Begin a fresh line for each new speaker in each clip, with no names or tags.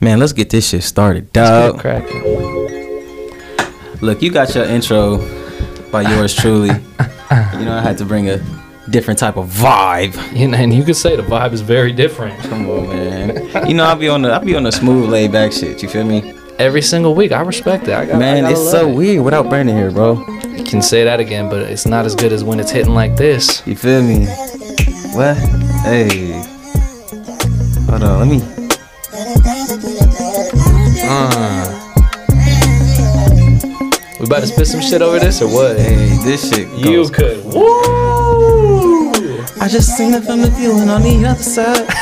Man, let's get this shit started, dog.
cracking.
Look, you got your intro by yours truly. you know, I had to bring a different type of vibe.
And, and you could say the vibe is very different.
Come on, man. You know, I'll be on the I'll be on the smooth laid back shit. You feel me?
Every single week, I respect that. I got,
Man,
I gotta
it's
love
so
it.
weird without Brandon here, bro.
You can say that again, but it's not as good as when it's hitting like this.
You feel me? What? Hey. Hold on, let me.
We about to spit some shit over this or what?
Hey, this shit.
You
goes-
could. Woo!
I just seen it from the view and on the other side.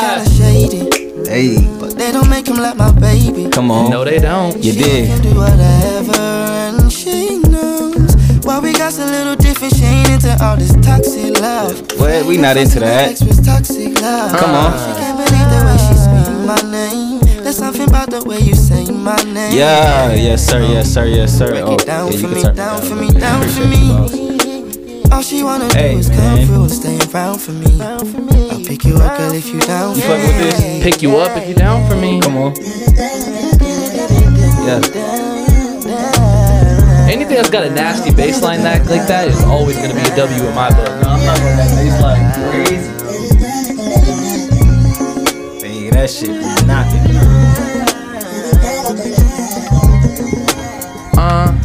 kinda shady.
hey,
But they don't make him like my baby.
come on.
No, they don't.
you
she
did.
can do whatever, and she knows. Why we got a little different, she ain't into all this toxic love.
What? We not into that.
Sex was toxic love.
Come on.
She can't believe the way she scream my name. There's something about the way you say my name.
Yeah, yes sir, yes sir, yes sir.
Break
Oh,
it down
yeah, you
for
can
me,
turn it
down for
a
me,
little bit.
down for
Appreciate you, boss.
me. All she wanna
Hey,
do is
man.
come through and stay around for me. I'll pick you up, girl, if you down for
fuck with
me.
this?
Pick you up if you down for me.
Come on. Yeah.
Anything that's got a nasty baseline that like that is always gonna be a W in my book.
Hey, that shit be knocking.
Uh,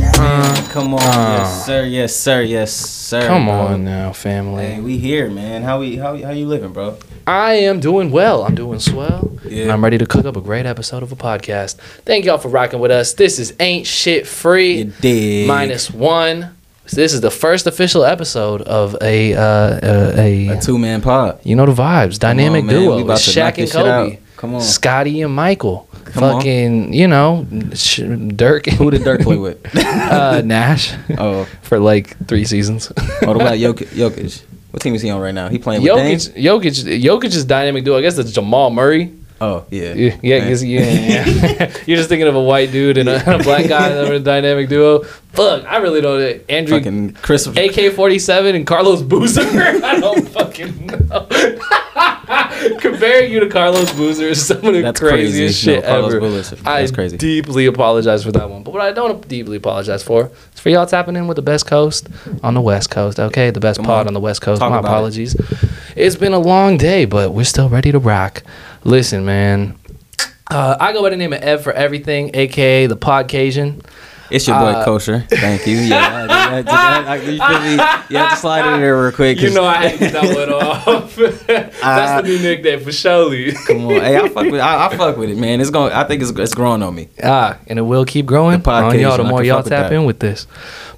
Come on. Yes sir, yes sir, yes sir.
come
bro.
on now,
Hey,
family.
we here, man. How we how how you living, bro?
I am doing well. I'm doing swell.
Yeah.
And I'm ready to cook up a great episode of a podcast. Thank y'all for rocking with us. This is Ain't Shit Free.
You dig.
minus one. This is the first official episode of a uh, uh, a,
a two man pod.
you know the vibes dynamic
on, man. We
duo.
about
It's
to knock
Shaq and
this shit out.
Kobe,
Come on.
Scotty and Michael,
Come on.
fucking you know sh- Dirk.
Who did Dirk play with?
uh, Nash
oh,
for like three seasons.
what about Jokic? Jokic? What team is he on right now? He playing with Dame?
Jokic, Jokic, Jokic's dynamic duo. I guess it's Jamal Murray.
Oh yeah,
Yeah, yeah, 'cause- yeah, yeah. You're just thinking of a white dude and a, a black guy that were a dynamic duo. Fuck, I really don't. Andrew
Fucking Chris.
AK forty seven and Carlos Boozer. I don't fucking know. Comparing you to Carlos Boozer is some of the
That's
craziest
crazy. No,
shit
Carlos
ever.
Boozer,
I
that's crazy.
deeply apologize for that one. But what I don't deeply apologize for is for y'all tapping in with the best coast on the West Coast. Okay, the best
Come
pod
on.
on the West Coast.
Talk
My
about it.
apologies. It's been a long day, but we're still ready to rock. Listen, man. Uh, I go by the name of Ev for everything, aka the Podcation.
It's your boy
Uh,
Kosher. Thank you. Yeah, I- I- I- I- you feel me? You have to slide in there real quick. 'cause-
You know I had to get that one off. That's
Uh,
the new nickname for Shelly.
Come on, hey, I fuck with, I, I fuck with it, man. It's going. I think it's it's growing on me.
Ah, and it will keep growing
The
on y'all.
podcast,
The
I
more
can
y'all
fuck with
tap
that.
in with this.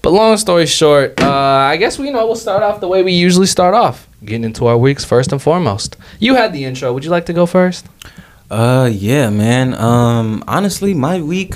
But long story short, uh, I guess we know we'll start off the way we usually start off, getting into our weeks first and foremost. You had the intro. Would you like to go first?
Uh, yeah, man. Um, honestly, my week,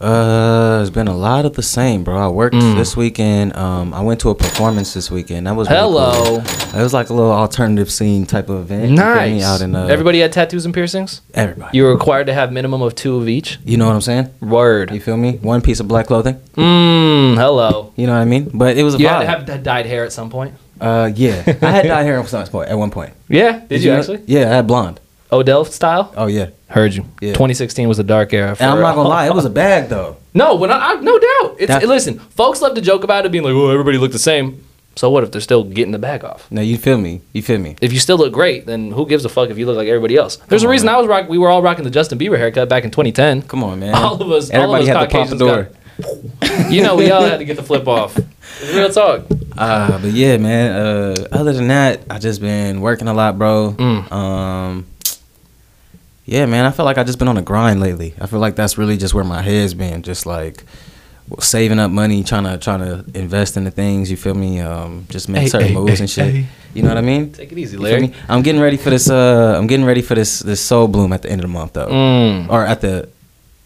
uh, has been a lot of the same, bro. I worked this weekend. Um, I went to a performance this weekend. That was really
Hello.
cool. It was like a little alternative scene type of event. you feel me,
Nice.
Out in uh, everybody.
Everybody had tattoos and piercings.
Everybody.
You were required to have minimum of two of each.
You know what I'm saying? You
Word.
feel me? One piece of black clothing.
Mmm. Hello.
You know what I mean? But it was a
You
vibe.
had to have d- dyed hair at some point.
uh, yeah. I had dye hair at some point. At one point.
Yeah. Did you
know-
actually?
Yeah, I had blonde.
Odell style.
Oh yeah.
Heard you.
Yeah.
2016 was a dark era. For
And I'm not
all-
gonna lie, it was a bag though.
No, when I, I no doubt. It's
That's-
listen, folks love to joke about it being like, "Oh, everybody looked the same." So what if they're still getting the bag off?
Now you feel me? You feel me?
If you still look great, then who gives a fuck if you look like everybody else? There's a reason I was rock. We were all rocking the Justin Bieber haircut back in 2010.
Come on, man.
All of us- all of
Everybody
us
had the
Caucasians got-
pompadour.
You know, we all had to get the flip off. It's Real talk.
Uh, but yeah, man. Uh, other than that, I just been working a lot, bro.
Mm.
Um, yeah, man. I feel like I just been on a grind lately. I feel like that's really just where my head's been. Just like saving up money, trying to trying to invest in the things. You feel me? Um, just make
Hey,
certain
hey,
moves
hey,
and shit.
hey.
You know what I mean?
Take it easy,
You feel
Larry.
me? I'm getting ready for this. Uh, I'm getting ready for this this soul bloom at the end of the month, though,
Mm.
or at the.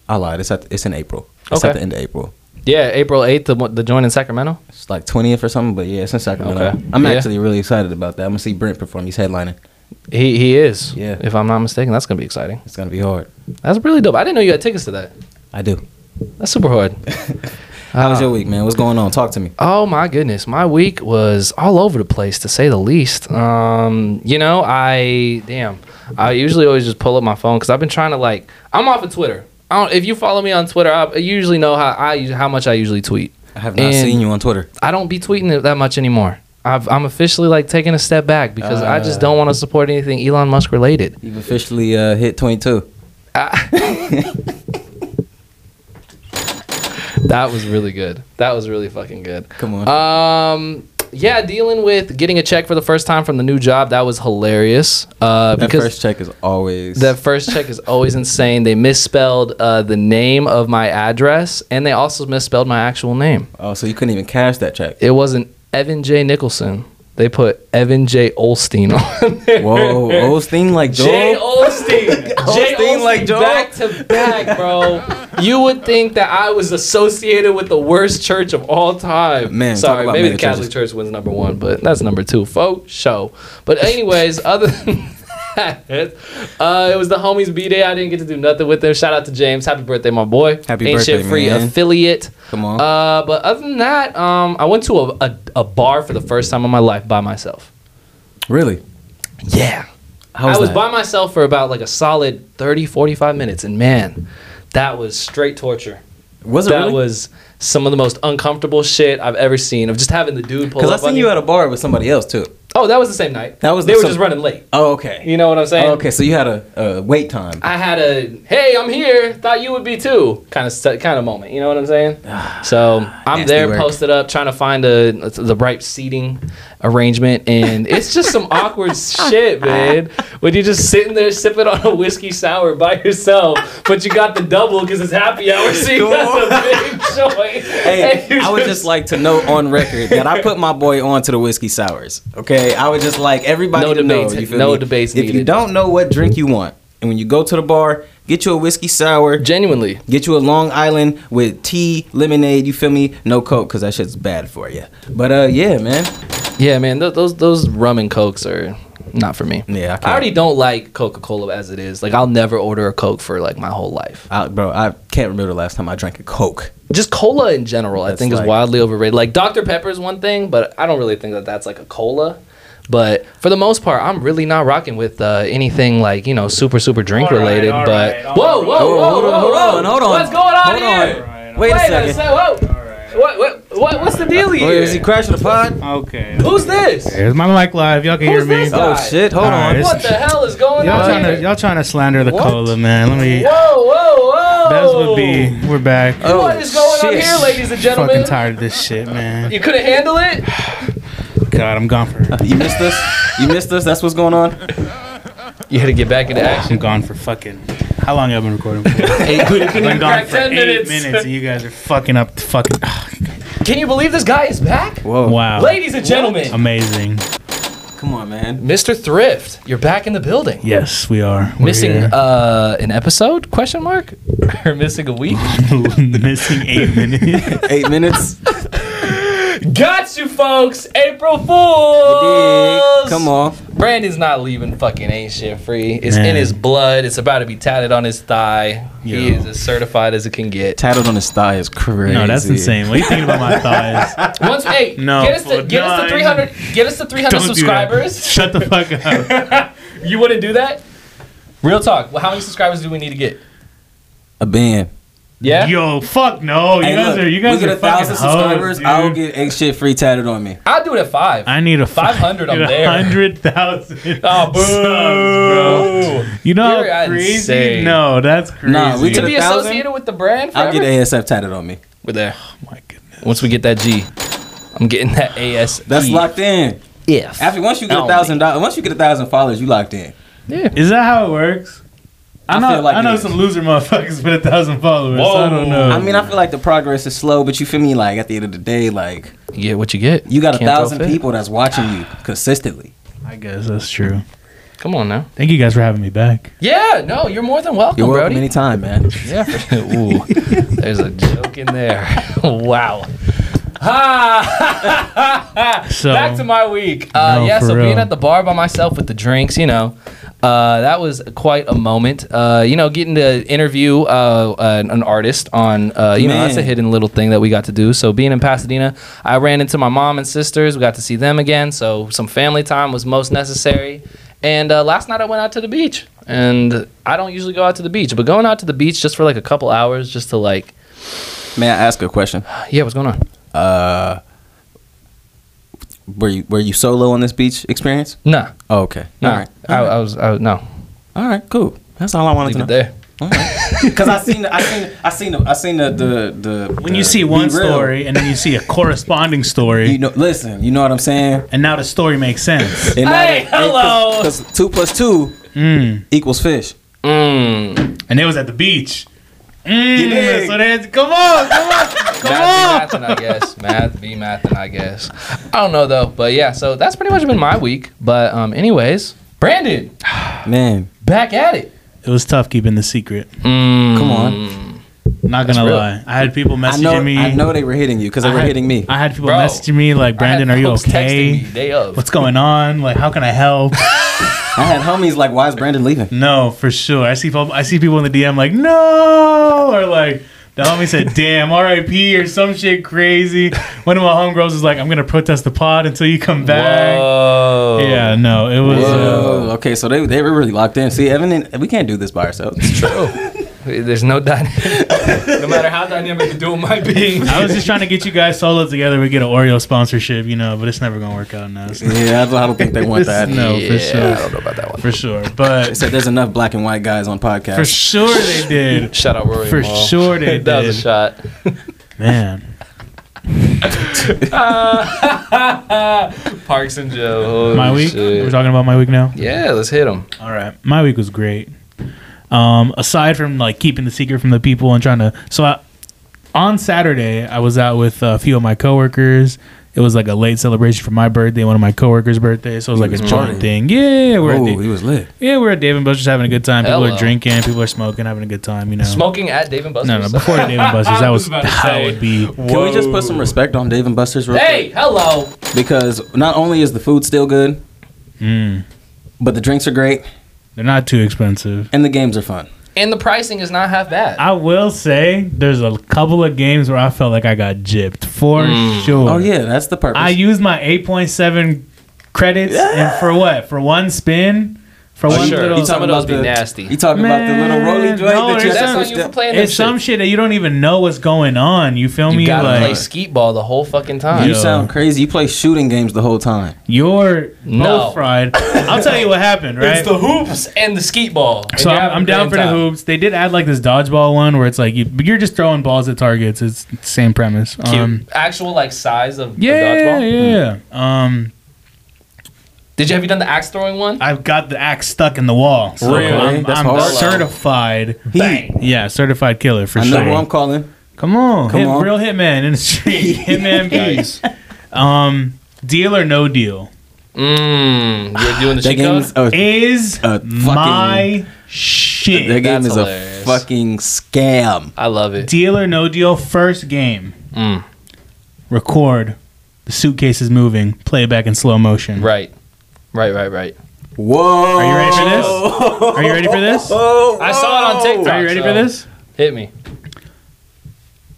I lied. It's at it's in April. It's at
Okay.
the end of April.
Yeah, April 8th, the, one- the joint in Sacramento.
It's like twentieth or something, but yeah, it's in Sacramento.
Okay.
I'm
Yeah.
actually really excited about that. I'm gonna see Brent perform. He's headlining.
He he is.
Yeah.
If I'm not mistaken, that's gonna be exciting.
It's gonna be hard.
That's really dope. I didn't know you had tickets to that.
I do.
That's super hard.
How was
Ah.
your week, man? What's going on? Talk to me.
Oh my goodness, my week was all over the place to say the least. Um, you know, I damn, I usually always just pull up my phone because I've been trying to like I'm off of Twitter. I don't, if you follow me on Twitter, I I usually know how I us- how much I usually tweet.
I have not
And-
seen you on Twitter.
I don't be tweeting it that much anymore. I've, I'm officially like taking a step back because I just don't want to support anything Elon Musk related.
You've officially uh, hit 22.
That was really good. That was really fucking good.
Come on.
Um, yeah, dealing with getting a check for the first time from the new job that was hilarious. Uh,
that
because
first check is always.
That first check is always insane. They misspelled uh, the name of my address, and they also misspelled my actual name.
oh, so you couldn't even cash that check.
It wasn't Evan J. Nicholson. They put Evan J. Olstein on there.
Whoa, Osteen like Joel.
J. Olstein. J. Olstein,
Osteen like Joel?
back to back, bro. you would think that I was associated with the worst church of all time.
Man, talk
sorry,
about
maybe the
mega
Catholic Church wins number one, but that's number two, folks. Show. But anyways, other than that, uh, it was the homies B day. I didn't get to do nothing with them. Shout out to James. Happy birthday, my boy.
Happy
Ain't
birthday,
Shit free
man.
affiliate.
Come on.
Uh, but other than that, um, I went to a, a, a bar for the first time in my life by myself.
really?
Yeah.
How was
I was
that?
by myself for about like a solid 30, 45 minutes, and man, that was straight torture.
was it
that
really?
was some of the most uncomfortable shit I've ever seen of just having the dude pull
Because
up.
I seen
on
you at a bar with somebody else too.
oh, that was the same night.
That was
they
the-
were
so-
just running late.
Oh, okay.
You know what I'm saying?
Oh, okay, so you had a, a wait time.
I had a hey, I'm here. Thought you would be too. Kind of kind of moment. You know what I'm saying? So I'm
Nasty
there,
work.
posted up, trying to find a the right seating arrangement, and it's just some awkward shit, man. When you're just sitting there sipping on a whiskey sour by yourself, but you got the double because it's happy hour, so you got the big joint.
Hey,
And you
I would just like to note on record that I put my boy on to the whiskey sours. Okay, I would just like everybody
No
to know.
debates-
you feel
no
me?
debates
If you
needed.
don't know what drink you want, and when you go to the bar, get you a whiskey sour.
genuinely.
Get you a Long Island with tea, lemonade. You feel me? No coke, cause that shit's bad for you. But uh, yeah, man.
Yeah, man, th- those those rum and cokes are not for me.
Yeah, I
I,
can't.
already don't like Coca Cola as it is. Like, I'll never order a Coke for like my whole life.
I, bro, I can't remember the last time I drank a coke.
Just cola in general, I
That's
think, is
like-
wildly overrated. Like Dr Pepper is one thing, but I don't really think that that's like a cola. But for the most part, I'm really not rocking with uh, anything like you know super super drink
All right,
related.
all
but
right, all
whoa,
right.
whoa,
Oh,
whoa,
hold on,
whoa,
hold
whoa.
on, hold on.
What's going on
Hold
here?
on.
Alright,
Wait a
Wait
second.
whoa.
alright.
What, what, what, what's the deal here?
Wait, Oh, is he
Oh,
crashing the pod?
Okay.
Who's this?
There's my mic live. Y'all can
Who's
hear me.
this guy?
Y'all
Oh shit! Hold
Alright,
on.
it's-
What the hell is going on?
trying
here?
to y'all trying to slander the
What?
cola, man. Let me.
Whoa, whoa, whoa!
That's what be. We're back.
Oh,
What is going on
shit.
here, ladies and gentlemen?
Fucking tired of this shit, man.
You couldn't handle it?
God, I'm gone for.
You missed us. You missed us. That's what's going on.
You had to get back into action.
I'm gone for fucking. How long y'all been recording? For?
Hey, dude,
I've been gone
Crack
for
10
eight
minutes.
minutes. and you guys are fucking up. The fucking. oh,
Can you believe this guy is back?
Whoa!
wow.
Ladies and gentlemen,
Amazing.
Come on, man.
Mr. Thrift, you're back in the building.
Yes, we are. We're
Missing
here.
uh, an episode? Question mark? or missing a week?
missing eight minutes.
Eight minutes.
Got you, folks. April Fools.
Dig. Come on.
Brandon's not leaving fucking ain't shit free. It's in
Man.
his blood. It's about to be tatted on his thigh. He
Yo.
is as certified as it can get.
Tatted on his thigh is crazy.
No, that's insane. What are you thinking about my thighs?
Once, hey,
No,
get us to
for
get us to
nine.
300. Get us to 300
Don't do that.
subscribers.
Shut the fuck up.
you wouldn't do that. Real talk. Well, how many subscribers do we need to get?
A band.
Yeah.
Yo, fuck no. You
Hey,
guys
look,
are you guys
we
are
get a thousand
fucking hoes,
subscribers.
dude.
I'll get ain't shit free tatted on me.
I'll do it at five.
I need a
500, I'm there.
Hundred thousand.
oh, boo.
You know
You're
how crazy?
insane.
No, that's crazy.
Nah, we
To
could-
be
1,000?
associated with the brand forever.
I'll get ASF tatted on me.
We're there.
Oh my goodness.
Once we get that G, I'm getting that E AS.
That's locked in.
If.
After once you get
Oh,
a thousand dollars, once you get a thousand followers, you locked in.
Yeah.
Is that how it works? I
I
know. I,
feel like it
know
is.
some loser motherfuckers with a thousand followers. so I don't know.
I mean, I feel like the progress is slow, but you feel me? Like at the end of the day, like
You get what you get.
you got a
Can't throw
thousand
fit.
people that's watching you consistently.
I guess that's true.
Come on now.
Thank you guys for having me back.
Yeah. No, you're more than welcome,
You're welcome
Brody.
anytime, man.
Yeah. For, ooh, there's a joke in there. wow. Ha!
So-
Back to my week. Uh,
No,
yeah,
for
so being
real.
at the bar by myself with the drinks, you know, uh, that was quite a moment. Uh, you know, getting to interview uh, an, an artist on, uh, you know, that's a
Man.
hidden little thing that we got to do. So being in Pasadena, I ran into my mom and sisters. We got to see them again. So some family time was most necessary. And uh, last night I went out to the beach, and I don't usually go out to the beach, but going out to the beach just for like a couple hours, just to like,
May I ask a question?
yeah, what's going on?
Uh, were you were you solo on this beach experience?
Nah,
Oh, okay.
no,
All right.
I, I was, I, was- no,
All right. Cool. That's all I wanted
leave
to
it
know.
there.
Because I seen the, I seen I seen the, I seen the the, the
When
the-
you see
be
one
real.
story and then you see a corresponding
you
story,
know. Listen, you know what I'm saying.
and now the story makes sense.
And
Hey, hello.
Because two plus two
Mm.
equals fish.
Mm.
And it was at the beach. Mm,
dig?
so that's come on, come on, come
Math be math,
on.
I guess. Math be math, I guess. I don't know though, but yeah. So that's pretty much been my week. But um, anyways, Brandon,
Man,
back at it.
It was tough keeping the secret.
Mm.
come on.
Not gonna
real.
lie, I had people
I
messaging
know,
me.
I know they were hitting you because they
I
were
had-
hitting me.
I had people
Bro,
messaging me like, Brandon,
I
are
had
you
folks
okay?
Texting me day of.
What's going on? Like, how can I help?
I had homies like, why is Brandon leaving?
no, for sure. I see people. I see people in the DM like, no, or like. The homie said, "Damn, R.I.P. or some shit crazy." One of my homegirls is like, "I'm gonna protest the pod until you come back."
Whoa.
Yeah, no, it was. Uh,
Whoa. Okay, so they, they were really locked in. See, Evan, and, we can't do this by ourselves.
There's no dynamic. no matter how dynamic the duo might be.
I was just trying to get you guys solo together. We get an Oreo sponsorship, you know, but it's never gonna work out now. It's-
yeah, I don't, I don't think they want that.
No, for
I
sure,
don't know about that one.
for sure.
They
But
said there's enough black and white guys on podcasts.
for sure they did.
Shout out Rory.
For
Maul.
sure they
that was a
did.
shot.
Man,
Parks and Joe. Holy
my week.
shit.
We're talking about my week now.
yeah, let's hit him.
All right, my week was great. Um, aside from like keeping the secret from the people and trying to, so I, on Saturday I was out with a few of my coworkers. It was like a late celebration for my birthday, one of my coworkers' birthdays. So it was like a joint
partying.
thing. Yeah, we're at
Oh,
the-
he was lit.
Yeah, we're at Dave and Buster's having a good time. People
Hello.
are drinking, people are smoking, having a good time. You know,
Smoking at Dave and Buster's.
no, no, before Dave and Buster's, that was,
about to
how
say.
it would be.
Can we just put some respect on Dave and Buster's real
Hey, hello.
quick? Because not only is the food still good,
Mm,
but the drinks are great
they're not too expensive.
and the games are fun.
And the pricing is not half bad.
I will say, there's a couple of games where I felt like I got gypped for
Mm.
sure.
Oh, yeah, that's the purpose.
I used my 8.7 credits, and for what? For one spin, for
Oh,
one
sure.
little.
You Some of
about
those be
the-
nasty.
You talking about the little
Man,
rolling joint that
no,
you
it's
have
That's
to
how
push
you
down?
for playing
It's
this
some shit that you don't even know what's going on. You feel
You
me?
gotta play
Like
skeet ball the whole fucking time.
You
Yeah.
sound crazy. You play shooting games the whole time.
you're
No.
both fried. I'll tell you what happened, right?
It's the hoops and the skeet ball. and
So
you're
I'm,
having
I'm
a
down
grand
for
time.
the hoops. They did add like this dodgeball one where it's like you, you're just throwing balls at targets. It's the same premise.
Cute.
Um,
Actual like size of the
yeah,
dodgeball.
Hmm.
yeah, yeah. Um,
Did you have you done the axe throwing one?
I've got the axe stuck in the wall. So
Really?
I'm,
That's
I'm
hard.
certified.
He,
Bang.
Yeah, certified killer for
I know
sure.
who I'm calling.
Come on,
Come
hit,
on.
real hitman in the street. hitman beats. Um, deal or no deal
Mmm. You're doing the
That
cheat
game
code?
is oh, a,
is
A Uh, fucking-
my shit.
that game
that's
is
hilarious.
a fucking scam.
I love it.
Deal or no deal, first game.
Mm.
Record. The suitcase is moving. Play it back in slow motion.
Right. Right, right, right.
Whoa!
Are you ready for this? Are you ready for this? Are
I saw it on TikTok.
you ready for
so
this?
Hit me.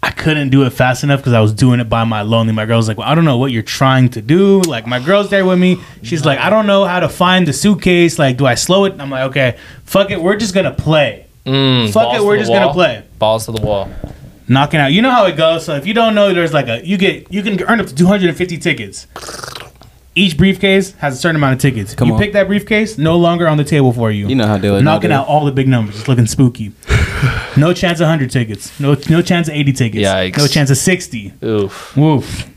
I couldn't do it fast enough because I was doing it by my lonely. My girl's like, well, I don't know what you're trying to do. Like, my girl's there with me. She's like, I don't know how to find the suitcase. Like, do I slow it? I'm like, okay, fuck it. We're just going to play.
Mm,
Fuck
balls
it.
to
We're
the
just going to
wall.
play.
Balls to the wall.
Knocking out. You know how it goes. So if you don't know, there's like a, you get, you can earn up to 250 tickets. Each briefcase has a certain amount of tickets.
Come
you
on.
pick that briefcase, no longer on the table for you.
You know how to do it.
knocking out all the big numbers. It's looking spooky. no chance of 100 tickets. No no chance of 80 tickets.
Yikes.
No chance of 60.
Oof.
Woof.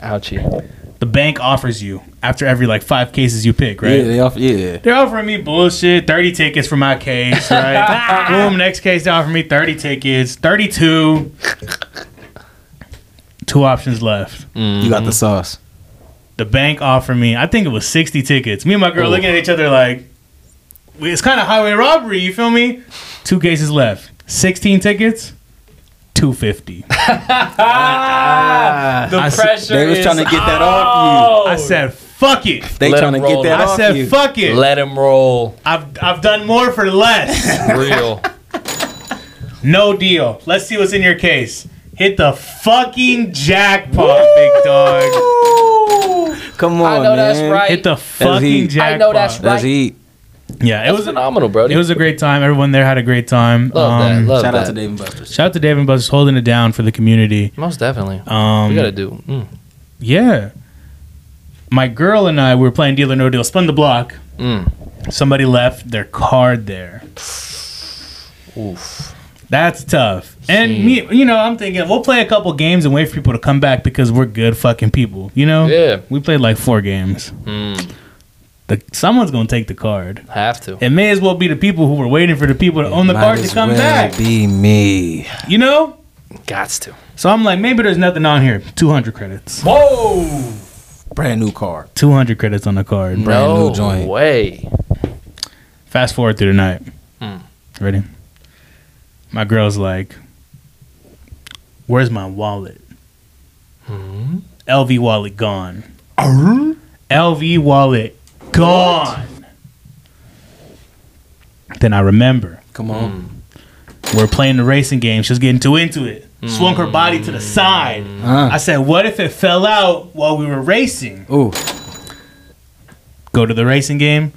Ouchie.
The bank offers you after every like five cases you pick,
Yeah,
right?
they off. Yeah.
They're offering me bullshit, 30 tickets for my case, right? Boom, next case they offer me 30 tickets, 32. Two options left.
You got the
Mm-hmm.
sauce.
The bank offered me, I think it was 60 tickets. Me and my girl looking at each other like, we- it's kind of highway robbery, you feel me? Two cases left. 16 tickets, 250.
The
I s-
pressure.
they was
is
trying to get that off
on.
I said, fuck it.
They
Let
trying to
him
get
roll.
that
I
off
said,
you.
fuck it.
Let him roll.
I've, I've done more for less.
Real.
No deal. Let's see what's in your case. Hit the fucking jackpot, big dog.
Come on,
I
man.
know that's right.
Hit the
he-
fucking jackpot.
I know that's
Let's eat.
Yeah, it
That's
was
phenomenal, bro.
it was a great time. Everyone there had a great time.
love
Um,
that. Love
Shout
that.
out to Dave and Buster's.
Shout out to Dave and Buster's holding it down for the community.
Most definitely.
Um,
we gotta do. Mm,
Yeah. My girl and I we were playing Deal or No Deal, spun the block.
mm.
Somebody left their card there.
Oof.
That's tough. And me, you know, I'm thinking we'll play a couple games and wait for people to come back because we're good fucking people. You know,
Yeah.
we played like four games.
Mm,
The, someone's gonna take the card.
have to.
It may as well be the people who were waiting for the people to own the
Might
card to
as
come
well
back.
Be me.
You know.
Gots to.
So I'm like, maybe there's nothing on here. 200 credits.
Whoa.
Brand new car.
200 credits on the card.
Brand
no
new joint.
way.
Fast forward through the night.
Hmm.
Mm.
Ready? My girl's like, Where's my wallet? LV wallet gone. LV wallet gone. Then I remember
Come on.
we're playing the racing game. She was getting too into it. Swung her body to the side. I
Uh,
said, What if it fell out while we were racing?
ooh.
go to the racing game.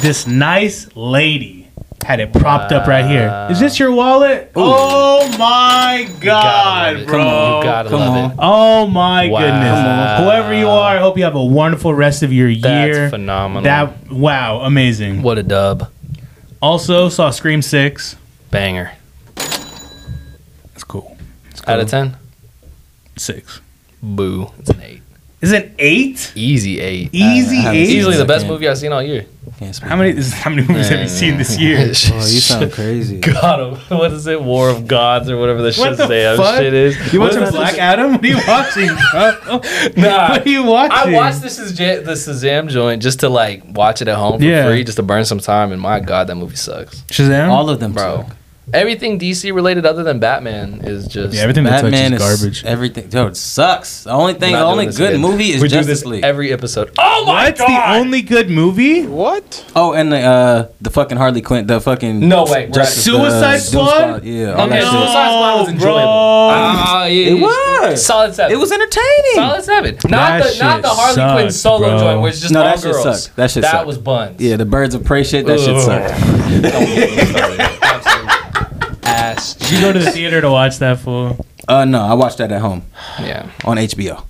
This nice lady had it propped up right here. Is this your wallet? Oh my
Gotta
god,
love it.
bro.
You gotta
Come
love
on.
it.
Oh my
Wow.
goodness. Whoever you are, I hope you have a wonderful rest of your
That's
year.
phenomenal.
That wow, amazing.
what a dub.
Also saw Scream 6.
Banger.
That's cool.
Out of ten.
6.
Boo. It's an eight.
Is it 8?
Easy eight.
Easy
I haven't
8?
seen
Easily the
I
best
can't-
movie I've seen all year.
Can't speak.
How many this is how many movies have you seen this year?
Oh, you sound crazy.
God, of- what is it? War of Gods or whatever the
What the
Shazam
fuck?
shit is.
You
What
watching
is
Black
this-
Adam? What are you watching, bro?
Nah,
What are you
I
watching?
watched this is ja- the Shazam joint just to like watch it at home for
Yeah.
free, just to burn some time. And my God, that movie sucks,
Shazam.
All of them,
bro.
bro.
Everything DC related other than Batman is just
yeah, everything that
Batman
touches
is
garbage.
Everything, yo, it sucks. The only thing,
Not
the only
doing this
good
again.
movie is
we do
Justice
this
League.
every episode. Oh my
What's
God!
the only good movie?
oh, and the uh, the fucking Harley Quinn, the fucking
No way, we're
Justice-
at it.
uh,
Suicide
Doom
Squad?
Yeah, all that
okay,
No,
shit.
Suicide Squad was enjoyable.
bro.
Ah, yeah,
It
yeah.
was.
solid seven.
It was entertaining.
solid seven. Not
That
the not
shit
the Harley Quinn
sucked,
solo
bro.
joint where it's just
No,
all
that shit
girls.
sucked. That shit sucked.
was buns.
Yeah, the Birds of Prey shit. That shit
Ugh.
sucked.
Ass.
Did you go to the theater to watch that fool?
Uh, no, I watched that at home
Yeah,
on HBO.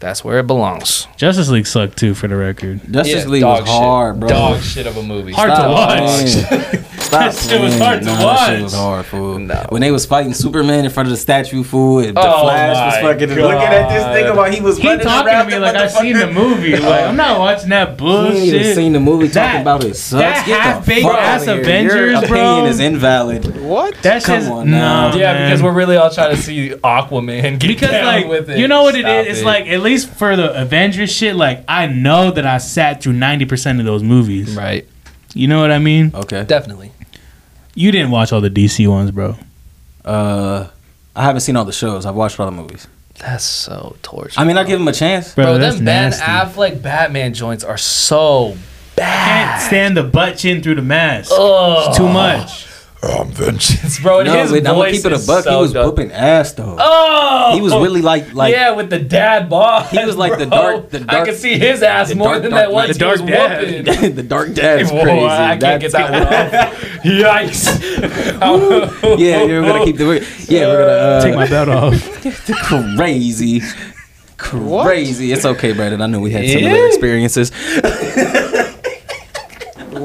that's where it belongs.
Justice League sucked too, for the record.
Justice
Yeah,
League
dog
was hard,
shit.
bro.
Dog shit of a movie.
Hard
Stop
to watch.
playing. Stop
That shit was
playing.
hard to
Nah, that shit
watch.
was hard, fool.
No.
When they was fighting Superman in front of the statue, fool, and the
Oh
Flash was
my
fucking
God.
looking at this nigga while he was
He
running
talking to
around
me
that
like I've seen the
motherfucker.
movie.
Oh.
Like I'm not watching that
You ain't
bullshit.
even seen the movie
That-
talking about it. Sucks.
that
Get the
half-baked
fuck
ass
outta here.
Avengers,
Your
bro.
opinion is invalid.
that shit's
Come on now.
nah,
Yeah,
man.
because we're really all trying to see Aquaman get
because
down
like
with it.
you know what it
Stop
is. It's like at least for the Avengers shit. Like I know that I sat through ninety percent of those movies.
right,
You know what I mean?
Okay.
definitely.
You didn't watch all the DC ones, bro.
Uh, I haven't seen all the shows. I've watched all the movies.
That's so torture.
I mean, I give him a chance.
Bro,
bro,
that's
them Ben
nasty.
Affleck Batman joints are so
Can't
bad.
stand the butt chin through the mask.
Ugh.
It's too much.
bro. And
No,
his
but I'm gonna
voice
keep it a
is
buck.
So
he was
dumb.
whooping ass though.
Oh,
he was really like like
yeah, with the dad bod.
He was like the
bro.
dark- the
I
dark-
could see his ass
the
more
dark-
than
dark-
that one.
the
he
dark
was
dad.
whooping.
the dark dad is
Whoa,
crazy.
I can't
That's-
get that one off. Yikes.
Yeah, we're gonna keep the. Yeah, we're gonna uh,
Take my belt off.
crazy. Crazy. It's okay, Brandon. I knew we had similar
Yeah.
experiences.
Good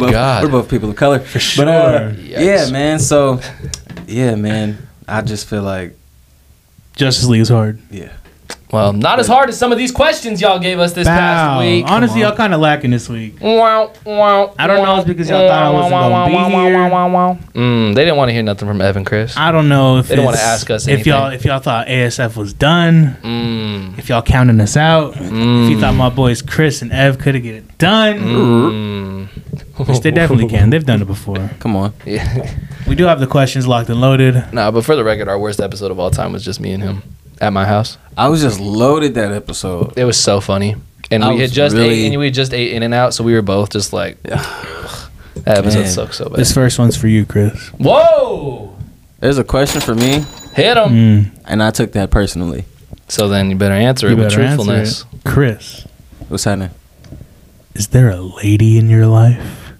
We're both- We're both people of color. But uh,
sure.
yeah, man. So yeah, man. I just feel like
Justice League is hard.
yeah.
Well, not as hard as some of these questions y'all gave us this
Wow.
past week.
Honestly,
Come on.
y'all kind of lacking this week.
Wow, wow,
I don't know if it's because y'all thought I wasn't gonna be here.
Mm, they didn't want to hear nothing from Evan Chris.
I don't know if
They don't
it's-
wanna ask us
if y'all
anything.
if y'all thought ASF was done,
Mm,
if y'all counting us out, if you thought my boys Chris and Ev could have get it done,
mm.
which they definitely can. They've done it before.
Come on.
Yeah.
We do have the questions locked and loaded.
nah, but for the record, our worst episode of all time was just me and him at my house.
I was just loaded that episode.
It was so funny, and
I
we had
was
just
really-
ate, and we had just ate in and out, so we were both just like, "Ugh, that episode
Man.
sucks so bad.
This first one's for you, Chris.
Whoa,
There's a question for me,
hit him.
Mm,
and I took that personally.
So then you better answer
you
it with
better answer
truthfulness.
it. Chris.
What's happening?
Is there a lady in your life?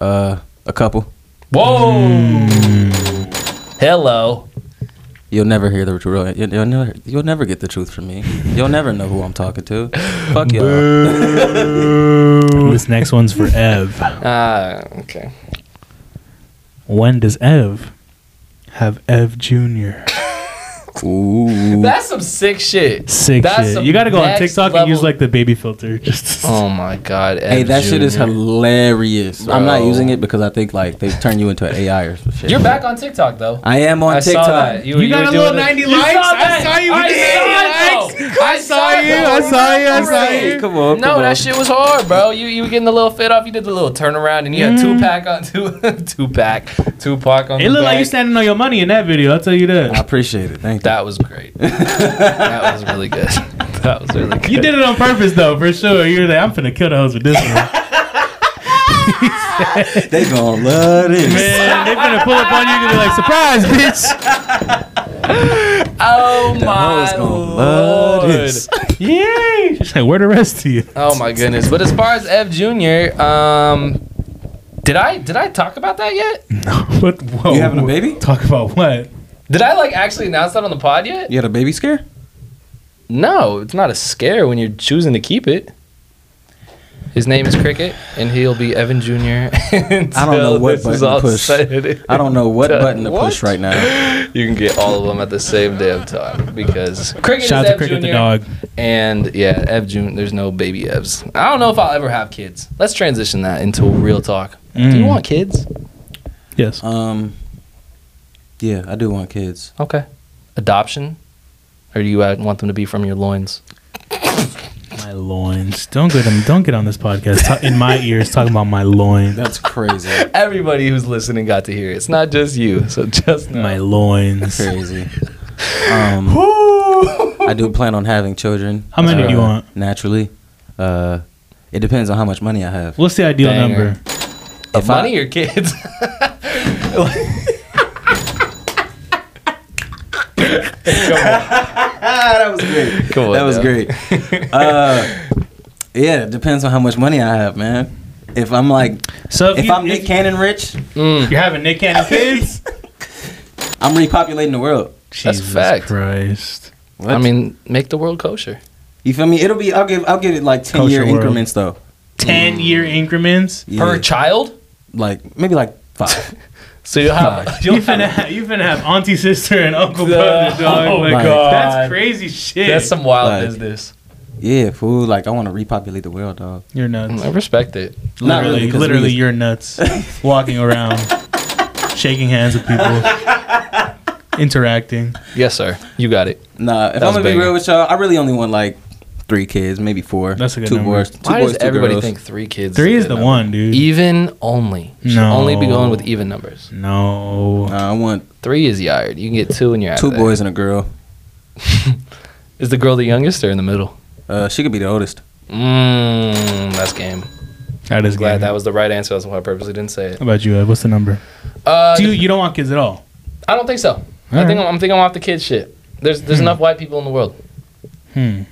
Uh, a couple.
Whoa. Hello.
You'll never hear the truth. You'll, you'll never. You'll never get the truth from me. You'll never know who I'm talking to. Fuck y'all.
This next one's for Ev.
Ah, okay.
When does Ev have Ev Jr.?
Ooh.
That's some sick shit.
Sick
That's
shit.
some
You gotta go on
next
TikTok and
level-
use like the baby filter. Just
Oh my god.
Hey,
Ed
that shit is
Junior.
hilarious. I'm not
Bro.
using it because I think like they turn you into an AI or some shit.
You're back on TikTok though.
I am on
I
TikTok.
Saw that.
You got a
were doing
little
it.
90
You
likes?
saw
I
that.
saw you with the 80
likes. I saw you. I saw you.
I saw you. Come on,
No,
come on.
that shit was hard, bro. You you were getting the little fit off. You did the little turnaround, and you had
Mm-hmm.
two pack on two two pack two pack on.
it
the
looked like
back.
you standing on your money in that video. I'll tell you
I
that.
appreciate it. Thank you.
That was great. that was really good. That was really good.
You did it on purpose though, for sure. You're like, I'm finna kill the hoes with this one.
They gonna love this.
Man, they finna pull up on you and be like, surprise, bitch.
Oh
hoes
my
gonna love
lord.
this.
Yay! She's like, where the rest of you?
Oh my goodness. But as far as Ev Jr., um, did I did I talk about that yet?
What? Whoa.
You having a baby?
Talk about what?
Did I like actually announce that on the pod yet?
You had a baby scare?
No, it's not a scare when you're choosing to keep it. His name is Cricket, and he'll be Evan Jr.
I don't know what button to push. I don't know what button to push right now.
You can get all of them at the same damn time because Cricket
Shout
is
out to
Ev
Cricket
Jr.
the dog.
And yeah, Ev Jr. There's no baby Evs. I don't know if I'll ever have kids. Let's transition that into real talk. Do you
Mm.
want kids?
Yes.
Um, yeah, I do want kids.
Okay. Adoption, or do you uh, want them to be from your loins?
My loins. Don't get them. Don't get on this podcast Ta- in my ears talking about my loins.
That's crazy.
Everybody who's listening got to hear it. It's not just you. So just know.
My loins.
crazy. Um, I do plan on having children.
How many do you
uh,
want?
Naturally, uh, it depends on how much money I have.
What's the ideal
Banger.
number?
Of
If I-
money or kids?
that was great.
Come on,
that was
now.
great. Uh, yeah, it depends on how much money I have, man. If I'm like,
So if,
if
you,
I'm Nick Cannon rich,
Mm.
you're having Nick Cannon kids,
I'm repopulating the world.
That's
Jesus
fact.
Christ.
I mean, make the world kosher.
you feel me? It'll be. I'll give. I'll give it like ten
Kosher
year
world.
increments though.
Ten year increments.
Yeah.
Per child?
like maybe like five.
So you'll have
You
you'll
finna
have
have, you finna have auntie, sister, and uncle,
Yeah.
brother, dog.
Oh
Like,
my
That's
God.
crazy shit.
that's some wild
Like-
business.
yeah, fool. Like I want to repopulate the world, dog.
you're nuts.
Mm, I respect it.
Not really,
Literally,
because
literally,
we-
you're nuts. Walking around, shaking hands with people, interacting.
Yes, sir. You got it.
Nah, if
That
I'm
was
gonna
big.
be real with y'all, I really only want like three kids, maybe four.
That's a good
two
number.
boys. Two
Why
boys,
does
two
everybody
girls.
think three kids?
Three is
good
the
number? E
one, dude.
Even only. Should
No.
Only be going with even numbers.
no.
Nah, I want
Three is yard. You can get two and you're out.
two
of there.
boys and a girl.
Is the girl the youngest or in the middle?
Uh, she could be the oldest.
Mmm, that's game.
That is
Glad
good.
that was the right answer. That's why I purposely didn't say it.
How about you, Ed? What's the number?
Uh,
Do you, you don't want kids at all?
I don't think so. I
All
think I'm, I'm thinking I'm off the kid shit. There's there's enough white people in the world.
Hmm.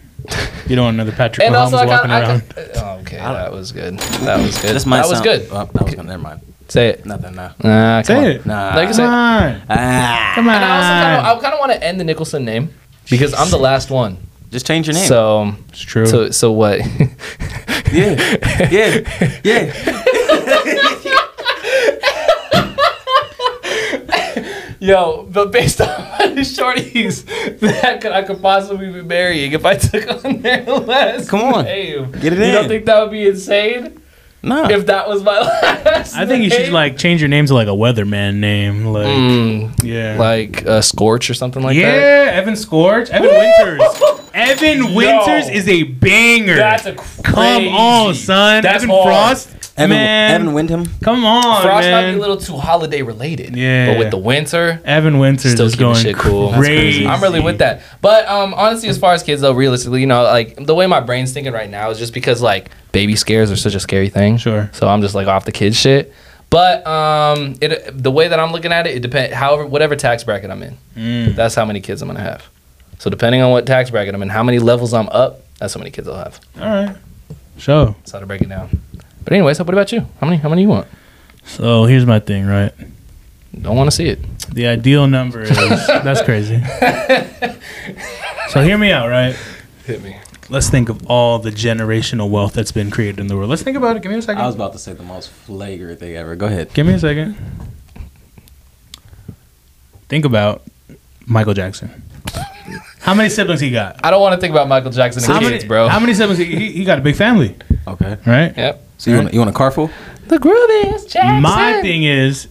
You don't want another Patrick
And
Mahomes
also, I
walking
got. I
around.
got uh, okay, that was good. That was good.
This might
that was
sound-
good.
Oh, that was good. Never mind.
Say it.
Nothing. Nah.
Nah,
Say it.
Nah.
Like I
Come
said-
on.
ah,
Come
And I also
on.
kinda, I kind of want to end the Nicholson name because I'm the last one.
just change your name.
So
It's true.
so so what?
Yeah. Yeah. Yeah.
Yo, but based on the shorties that could, I could possibly be marrying if I took on their last
Come on.
name.
Get it
You don't
in.
think that would be insane
Nah.
if that was my last?
I think you should
name?
like change your name to like a weatherman name, like
Mm,
yeah,
like uh, Scorch or something like
yeah,
that.
Evan Scorch, Evan Winters. Evan Winters is a banger.
That's a crazy.
come on, son.
That's
Evan
hard.
Frost,
Evan,
man.
Evan Wyndham.
come on,
Frost might
man.
be a little too holiday related.
Yeah.
But with the winter,
Evan Winters
still
is
keeping
going
shit cool. That's
crazy.
I'm really with that. But um, honestly, as far as kids though, realistically, you know, like the way my brain's thinking right now is just because like baby scares are such a scary thing.
Sure.
So I'm just like off the kid shit. But um, it the way that I'm looking at it, it depends. However, whatever tax bracket I'm in,
Mm.
that's how many kids I'm gonna have. So depending on what tax bracket I'm in, how many levels I'm up, that's how many kids I'll have.
All right, Sure.
That's how to break it down. But anyways, so what about you? How many? How many you want?
So here's my thing, right?
Don't want to see it.
The ideal number is that's crazy. so hear me out, right?
Hit me.
Let's think of all the generational wealth that's been created in the world. Let's think about it. Give me a second.
I was about to say the most flagrant thing ever. Go ahead.
Give me a second. Think about Michael Jackson. How many siblings he got?
I don't want to think about Michael Jackson and
how
kids,
many,
bro.
How many siblings? He, he- he got a big family,
Okay.
right?
Yep.
So you want, you want a car full?
The groove is Jackson.
My thing is,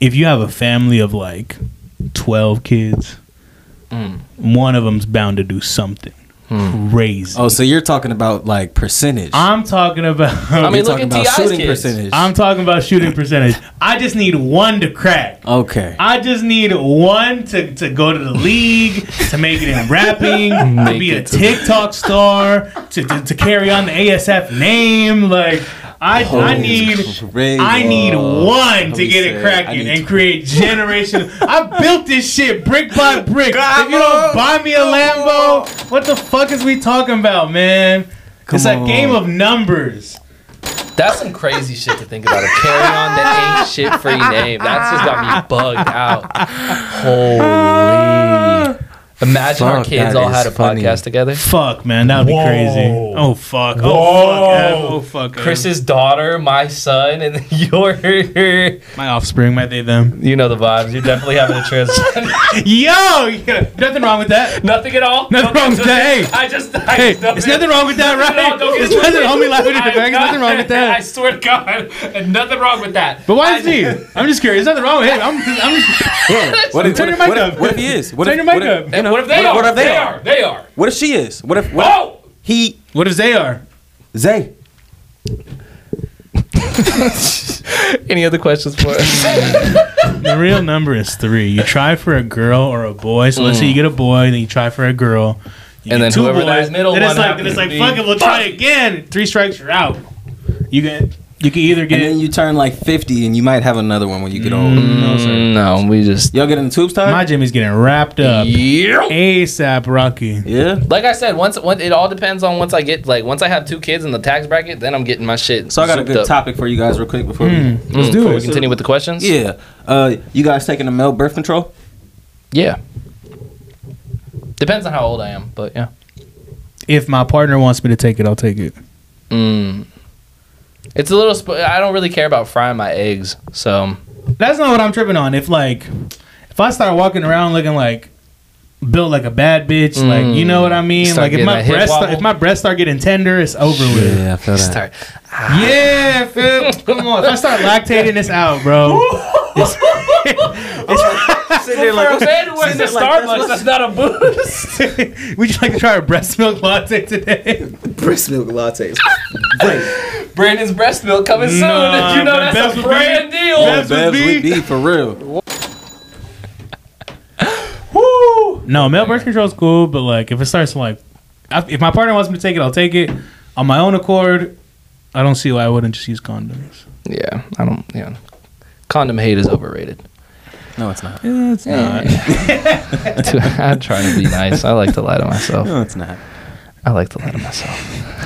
if you have a family of like twelve kids, one of them's bound to do something crazy.
Oh, so you're talking about like percentage.
I'm talking about.
I mean,
you're
look
talking
at
about
T.I.'s
shooting
kids.
percentage.
I'm talking about shooting percentage. I just need one to crack.
okay.
I just need one to, to go to the league, to make it in rapping, to
Make
be a
it to-
TikTok star, to, to, to carry on the ASF name. Like, I, I
Holy
need
crazy.
I need
Oh,
one to
me
get
say
it
it. I
cracking
need
and create generation. I built this shit brick by brick. if you don't buy me a Lambo, what the fuck is we talking about, man? it's a
on.
game of numbers.
That's some crazy shit to think about. A carry on that ain't shit free name. That's just got me bugged out. Holy. Imagine our
Fuck,
kids
that
all had
is
a
funny.
podcast together.
Fuck, man, that would
Whoa.
be crazy. Oh fuck.
Whoa.
Oh fuck. Ev. Oh fuck. Ev.
Chris's daughter, my son, and then your. You
my offspring, my they them.
know the vibes. You're definitely having a transition.
Yo, yeah, nothing wrong with that.
nothing at all.
Nothing wrong with that. Hey.
I just. I
Hey, there's nothing wrong with that, right? There's nothing, homie, laughing at the back. There's nothing wrong with
I
that.
swear to God, nothing wrong with that.
But why is he? I'm just curious. There's nothing wrong with him. I'm, I'm just,
Yeah. What if, what
Turn your
if-
mic
what if-
up.
what if he is? What
Turn
if,
your mic
what if-
up.
And what if they
What-
are?
what if
they,
they
are?
are?
They are.
What if she is? What if what
Oh!
if he
what if they are?
Zay?
Any other questions for us?
The real number is three. You try for a girl or a boy. So let's say you get a boy, then you try for a girl. You
And
get
then whoever that middle
then
one
it's like,
happens
then it's
to be-
like, fuck it, we'll try again. Three strikes, you're out. You get, you can either
And
get.
then you turn like 50 and you might have another one when you get old.
Oh,
no, sir.
No, we just.
Y'all getting the tubes tied?
Mm. My Jimmy's getting wrapped up. ASAP Rocky.
yeah.
Like I said, once, once it all depends on once I get like once I have two kids in the tax bracket, then I'm getting my shit.
So I got a
souped
good
up. Mm,
topic for you guys real quick before we
Let's do
Before we
it.
continue with the questions.
Yeah. Uh, you guys taking the male birth control?
Yeah. Depends on how old I am, but yeah.
If my partner wants me to take it, I'll take it.
Mm. It's a little. Sp- I don't really care about frying my eggs, so
That's not what I'm tripping on. If like, if I start walking around looking like built like a bad bitch, like you know what I mean.
Mm. Start
Like if
getting
my
that hip
breasts, start,
wobble.
if my breasts start getting tender, it's over with.
I feel
start.
Yeah, Phil. Come on. If I start lactating this out, bro. It's,
February's at Starbucks. That's not a boost.
would you like to try a breast milk latte today?
Breast milk lattes.
Brandon's breast milk coming
Nah,
soon. You know
but Bev's
that's a
would
brand
be-
deal.
Bev's-
Bevs
with
with B for real.
Woo!
No, male birth control is cool, but like if it starts to, like, I- if my partner wants me to take it, I'll take it on my own accord. I don't see why I wouldn't just use condoms.
Yeah, I don't. Yeah, condom hate is overrated.
No, it's not.
Yeah, it's not.
I'm trying to be nice. I like to lie to myself.
No, it's not.
I like to lie to myself.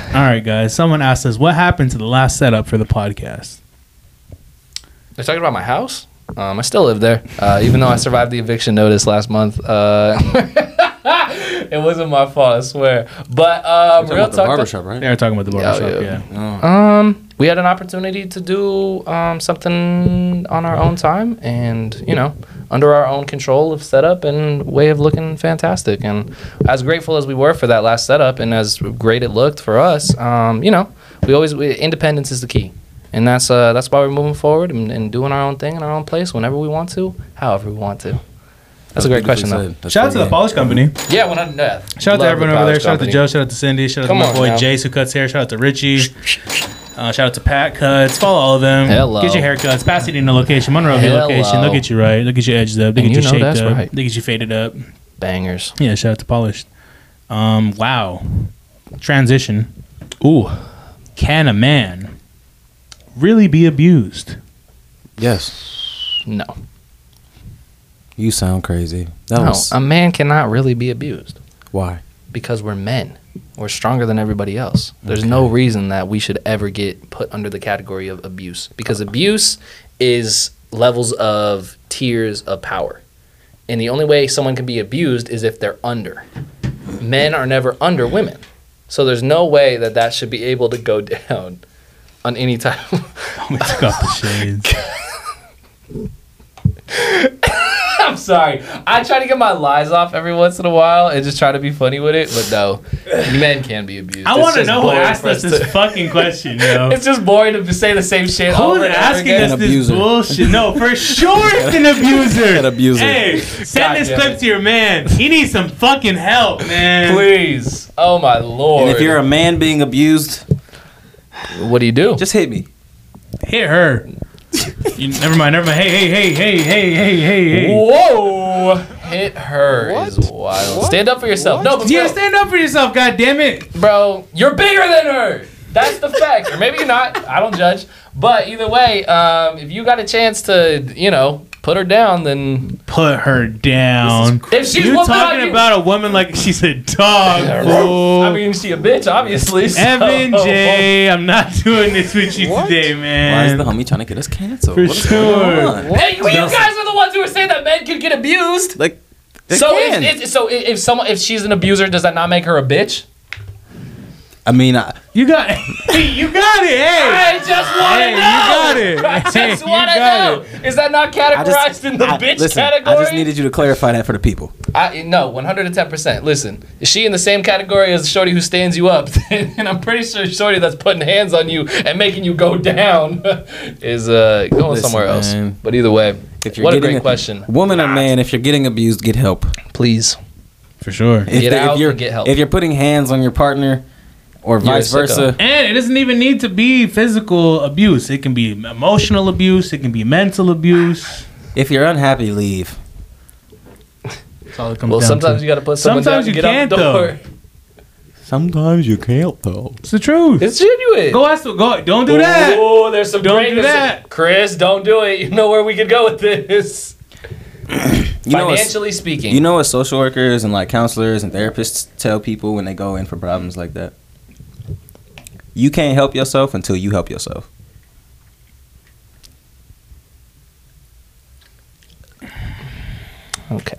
All right, guys. Someone asked us what happened to the last setup for the podcast.
They're talking about my house. Um, I still live there, uh, even though I survived the eviction notice last month. Uh, it wasn't my fault, I swear. But um, real
about the
talk.
barbershop, right?
They were talking about the barbershop.
Oh, yeah.
yeah.
Um, we had an opportunity to do um, something on our own time, and you know, under our own control of setup and way of looking fantastic. And as grateful as we were for that last setup, and as great it looked for us, um, you know, we always we, independence is the key, and that's uh, that's why we're moving forward and, and doing our own thing in our own place whenever we want to, however we want to. That's a great question, though.
Shout out to the Polish company.
Yeah, 100. yeah. Love
Shout out to
the
everyone over there.
Polish
Shout out to
company.
Joe. Shout out to Cindy. Shout out
Come
to my
on
boy
now.
Jace who cuts hair. Shout out to Richie. Uh, shout out to Pat Cuts. Follow all of them.
Hello.
Get your haircuts. Pasadena location. Monrovia
Hello.
location. They'll get you right. They'll get your edges up. They'll
And you
get you,
know
shaped
that's
up.
right.
They'll get you faded up.
Bangers.
Yeah, shout out to Polished. Um, wow. Transition. Ooh. Can a man really be abused?
Yes.
No,
You sound crazy. That
no,
was
a man cannot really be abused.
why.
because we're men. We're stronger than everybody else. There's no reason that we should ever get put under the category of abuse because abuse is levels of tiers of power. And the only way someone can be abused is if they're under. Men are never under women. So there's no way that that should be able to go down on any type of
We took off the shades.
I'm sorry. I try to get my lies off every once in a while and just try to be funny with it, but no, men can be abused.
I
It's
want to
just
know who
boring
asked
for
us
to-
this fucking question, yo.
It's just boring to say the same shit.
Who's
over and over
Oh. asking
again.
us
An
this
abuser.
bullshit? No, for sure it's an abuser.
An abuser.
Hey, send
God
this
damn
clip
it.
to your man. He needs some fucking help, man.
Please. Oh my lord.
And if you're a man being abused,
what do you do?
just hit me.
Hit her. You, never mind, never mind. Hey, hey, hey, hey, hey, hey, hey, hey.
Whoa! Hit her is wild. Stand up for yourself. No, but
Yeah,
bro,
stand up for yourself, God damn it.
bro, you're bigger than her. That's the fact. or maybe you're not. I don't judge. But either way, um, if you got a chance to, you know, put her down, then
Put her down.
if she's
You
whooping on
talking
you-
about a woman like she's a dog, fool.
I mean, she a bitch, obviously. so-
Evan J, I'm not doing this with you today,
Why is the
man.
homie trying to get us canceled?
For
What is going
sure.
on?
Hey, well, you guys are the ones who were saying that men could get abused.
Like, they
so,
can.
if, if, so if, if someone, if she's an abuser, does that not make her a bitch?
I mean, I,
You got, you got it. Hey,
I just want to
Hey, you
know.
got it.
I
Hey,
just
you
want to
got
know. Is that not
I
categorized
just
in the
I-
bitch
listen,
category?
I just needed you to clarify that for the people.
I no, one hundred and ten percent. Listen, is she in the same category as Shorty who stands you up? and I'm pretty sure Shorty that's putting hands on you and making you go down is uh, going
Listen,
somewhere else.
man.
But either way,
If
what a
getting
great question.
Woman or man, if you're getting abused, get help.
Please,
for sure.
If,
Get
they-
out
if you're
and get help.
if you're putting hands on your partner or vice
sicko.
versa,
And it doesn't even need to be physical abuse. It can be emotional abuse. It can be mental abuse.
if you're unhappy, leave.
That's all it comes
Well,
down
sometimes
to.
you got to put someone
Sometimes
down
you
to get out the
can't, though.
door.
Sometimes you can't though.
It's the truth.
It's genuine.
go ask. Go. Don't do that.
Oh, there's some
Don't
great.
do
there's some-
that.
Chris. Don't do it. You know where we could go with this.
You know, what's-
Financially speaking,
you know what social workers and like counselors and therapists tell people when they go in for problems like that. You can't help yourself until you help yourself.
Okay.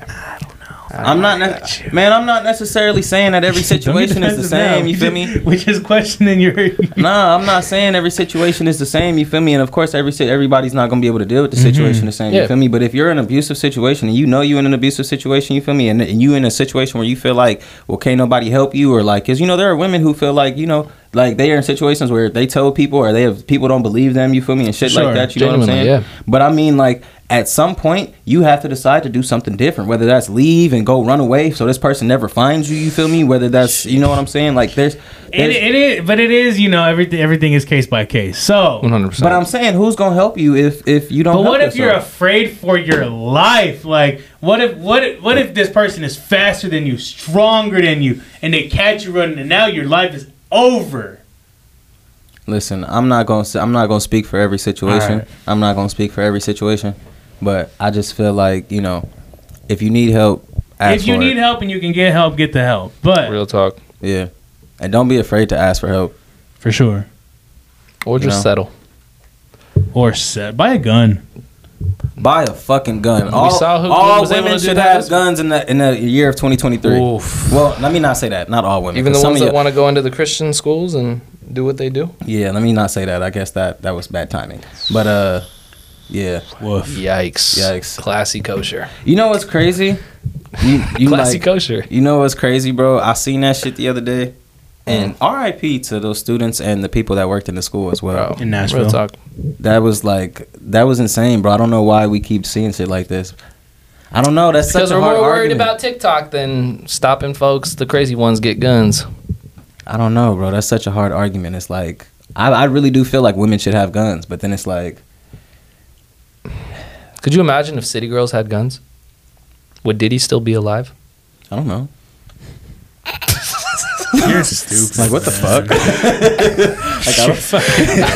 I'm not, ne- man. I'm not necessarily saying that every
Don't get
situation is the
defensive
same.
now.
You feel me?
Which is questioning your.
Nah, I'm not saying every situation is the same. You feel me? And of course, every si- everybody's not gonna be able to deal with the situation the same.
Mm-hmm. Yeah.
You feel me? But if you're in an abusive situation and you know you're in an abusive situation, you feel me? And, and you in a situation where you feel like, well, can't nobody help you, or like, cause you know there are women who feel like, you know, like they are in situations where they tell people or they have people don't believe them. You feel me? And shit
Sure.
like that. You know what I'm saying?
Genuinely, yeah.
But I mean, like, at some point, you have to decide to do something different. Whether that's leave and go run away so this person never finds you. You feel me? Whether that's, you know what I'm saying? Like, there's,
It,
there's
it is, but it is. You know, everything. Everything is case by case. So.
One hundred percent.
But I'm saying, who's gonna help you if if you don't?
But
help
what if you're
yourself?
afraid for your life? Like, what if what if, what if this person is faster than you, stronger than you, and they catch you running, and now your life is over?
Listen, I'm not gonna s- I'm not gonna speak for every situation.
Alright.
I'm not gonna speak for every situation, but I just feel like you know, if you need help, ask
if you
for
need
it.
help and you can get help, get the help. But
Real talk,
yeah, and don't be afraid to ask for help.
for sure,
or just
know.
settle.
or set buy a gun.
Buy a fucking gun. all
saw who
all
was able
women
to do
should
that
have
this-
guns in the in the year of 2023.
Oof.
Well, let me not say that. Not all women.
Even the
'cause some
ones
of
that
y-
want to go into the Christian schools and do what they do.
Yeah, let me not say that. I guess that that was bad timing. But uh, yeah.
Woof.
Yikes!
Yikes.
Classy kosher.
You know what's crazy? You, you
Classy
like,
kosher.
You know what's crazy, bro? I seen that shit the other day.
Mm.
And RIP to those students and the people that worked in the school as well.
Bro,
In Nashville.
Real talk.
That was like that was insane, bro. I don't know why we keep seeing shit like this. I don't know. That's such
Because
a
we're more
hard
worried
argument.
about TikTok than stopping folks. The crazy ones get guns.
I don't know, bro. That's such a hard argument. It's like I, I really do feel like women should have guns, but then it's like
Could you imagine if City Girls had guns? Would Diddy still be alive?
I don't know.
You're stupid.
Like what the fuck? like,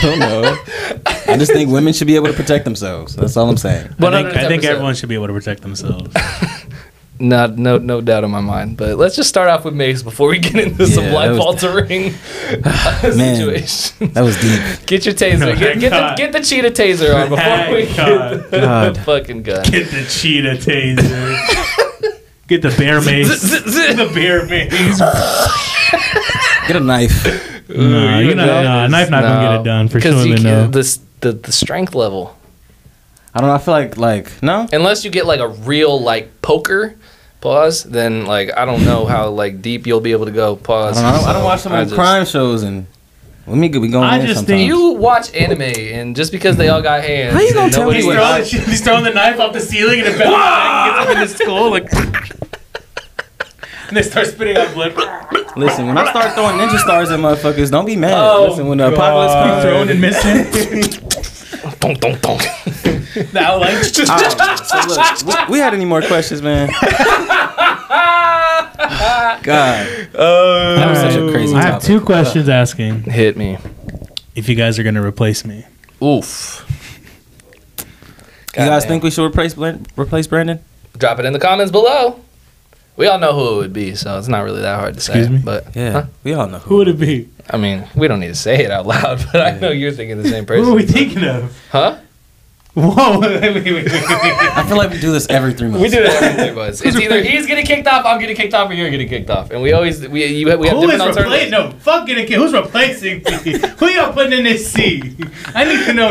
I, don't, I don't know. I just think women should be able to protect themselves. That's all I'm saying.
I think, I think
110%.
everyone should be able to protect themselves.
Not no no doubt in my mind. But let's just start off with Mace before we get into some
Yeah, that
life
was-
altering
Man.
situation.
That was deep.
Get your taser.
No,
get, get the
Oh God.
get the cheetah taser on before we
God.
get the,
God.
the fucking gun.
Get the cheetah taser. Get the bear mace.
Z- z-
the bear mace.
Get a knife.
Nah,
Ooh,
you're not-
know
nah,
this.
knife not gonna get it done, for
Because you
surely,
can't-
no.
this- the, the strength level.
I don't know. I feel like like no.
Unless you get like a real like poker pause, then like I don't know how like deep you'll be able to go
I
pause.
don't know. I don't, I don't
So,
watch so
I
many
just-
crime shows and let me we going
I
in
just
sometimes.
think-
You watch anime, and just because they all got hands,
How you gonna
and
tell me
nobody-
what-
he's throwing the knife off the ceiling and it bounces back and gets up in his skull like. And they start spitting out blood.
Listen, when I start throwing ninja stars at motherfuckers, don't be mad.
Oh,
Listen, when the apocalypse
Keep
comes,
throwing and missing.
Dunk, dunk, dunk.
now like
So look, we, we had any more questions, man? God, that was such a crazy
Uh, I have
topic.
two questions asking
Hit me.
if you guys are gonna replace me.
Oof.
you guys
Goddamn.
think we should replace Blan- replace Brandon?
Drop it in the comments below. We all know who it would be, so it's not really that hard to say.
Excuse me?
But
Yeah,
Huh?
we all know.
Who would it be?
I mean, we don't need to say it out loud, but I know you're thinking the same person.
Who are we thinking of?
Huh?
Whoa! wait, wait, wait, wait, wait.
I feel like we do this every three months.
We do that every three months. It's either he's getting kicked off, I'm getting kicked off, or you're getting kicked off, and we always we you, we have
Who is
different
replacing?
alternatives.
No, fuck it again. Who's replacing me? Who y'all putting in this seat? I need to know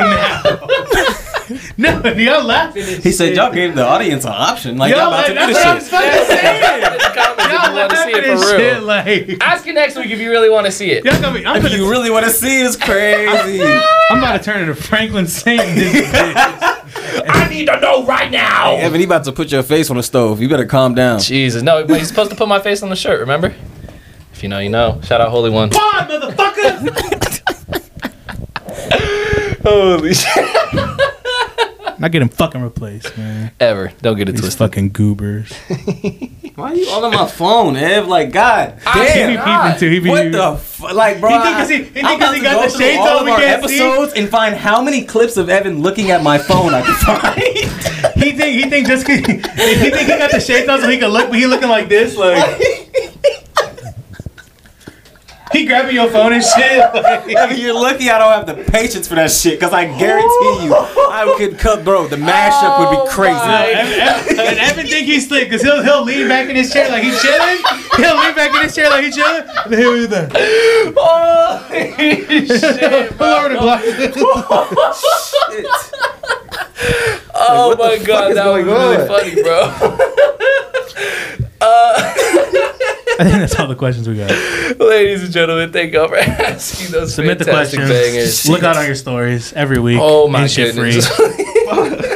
now. no, y'all laughing. At
He said,
shit.
"Y'all gave the audience an option. Like
Yo,
y'all about to
like,
do
that's what I'm
this shit."
fucking saying.
Put it in the comments if
Y'all
you want to see
laughing
it
at
for
shit
real.
like.
Ask you next week if you really want to see it.
Y'all gonna be, I'm,
If
gonna,
you really want to see, it's crazy.
I'm about to turn into Franklin Saint.
I need to know right now.
Evan, he about to put your face on the stove. You better calm down.
Jesus, no, but he's supposed to put my face on the shirt. Remember? If you know, you know. Shout out, Holy One.
Bond, motherfucker!
Holy shit!
Not getting fucking replaced, man.
Ever? Don't get it
These
twisted.
fucking goobers.
Why are you all on my phone, Ev? Like, God
I
damn.
He be
God.
peeping too. He be
What
peeping.
the f- like, bro?
He think 'cause he- he think 'cause he got the shades
all
on,
of
we
our
can't see.
episodes and find how many clips of Evan looking at my phone I can find.
He think he think just 'cause- he think he got the shades on so he can look, but he looking like this, like he grabbing your phone and shit. like-
Evan, you're lucky I don't have the patience for that shit. Cause I guarantee you, I could cut, bro. The mashup
Oh
would be crazy.
my.
Evan, Evan, and Evan think he's slick because he'll he'll lean back in his chair like he chilling. He'll lean back in his chair like he chilling. And he'll be there.
Holy shit!
Pull over the block.
Shit.
Oh
Like, what
my
the fuck
god,
is
that was
going
really
on?
funny, bro.
I think that's all the questions we got.
Ladies and gentlemen, thank y'all for asking those
Submit the
fantastic
questions.
bangers.
Look out on your stories every week.
Oh my
And shit
goodness!
free.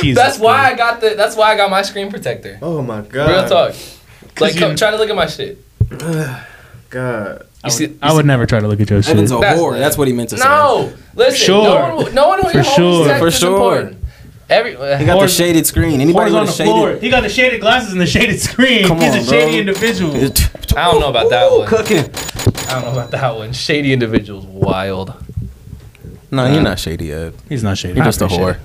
Jesus
that's why I got the. That's why I got my screen protector.
Oh my god.
Real talk. Like,
you-
come, try to look at my shit.
God.
I
see-
would, I would never try to look at your shit.
Evan's a
That's-
whore. That's what he meant to say.
No, listen.
Sure.
No one, no one who
For
you
sure.
hold
For
is
sure.
important. Every
He got the
Whores-
shaded screen. Anybody
Who's
with
on
a
the floor?
shaded.
He got the shaded glasses and the shaded screen.
Come
He's
on,
a shady
bro.
individual.
I don't know about that
Ooh,
one.
Cooking.
I don't know about that one. Shady individuals, wild.
No, you're not shady, Ev.
He's not shady.
You're just a
appreciate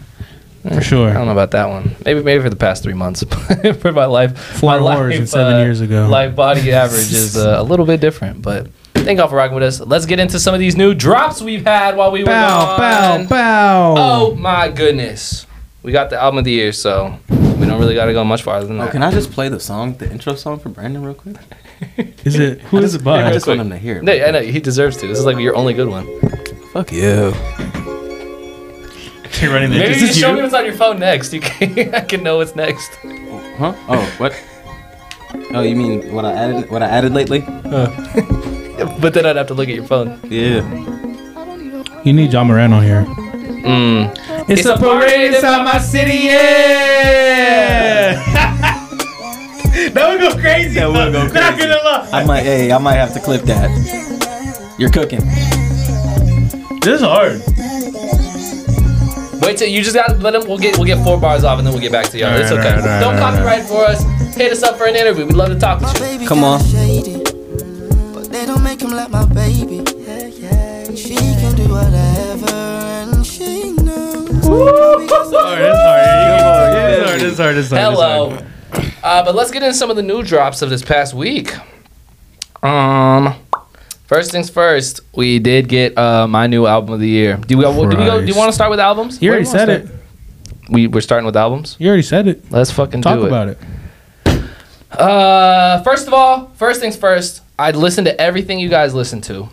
whore.
for sure.
I don't know about that one. Maybe maybe for the past three months, but for my life,
Four
my
whores and seven years ago.
life body average is uh, a little bit different. But thank y'all for rocking with us. Let's get into some of these new drops we've had while we were
Bow,
gone.
bow, bow.
Oh my goodness, we got the album of the year, so we don't really got to go much farther than
Oh,
that.
can I just play the song, the intro song for Brandon real quick?
Is it? Who is it by?
I
just
just
want
want him
quick. him
to hear it.
No, I know he deserves to. This is like your only good one.
Fuck you.
You're running the-
Maybe
Is
you
this
show
you?
me what's on your phone next. You can, I can know what's next.
Huh? Oh, what? Oh, you mean what I added? What I added lately?
But then I'd have to look at your phone.
Yeah.
You need John Moran on here.
Mm.
It's,
a parade
inside my city, yeah. that would go crazy. That
would go
Not
crazy.
gonna lie.
I might. Hey, I might have to clip that. You're cooking.
This is hard.
Wait till you just gotta let him. We'll get we'll get four bars off and then we'll get back to y'all.
All
It's
right,
okay.
all right, all
Don't
right, all
copyright for us. Hit us up for an interview. We'd love to talk with you.
Come on.
But they don't make him like my baby. She can do whatever and she knows.
This is hard. This is hard. This is hard. This is hard. This is hard.
Hello. Uh, but let's get into some of the new drops of this past week. Um, first things first, we did get uh, my new album of the year. Do we? Do we go? Do you
Christ.
want to start with albums?
You
Where
already
wanna
said it.
start? We we're starting with albums.
You already said it.
Let's fucking
Talk
do it.
about it.
Uh, first of all, first things first, I listened to everything you guys listened to.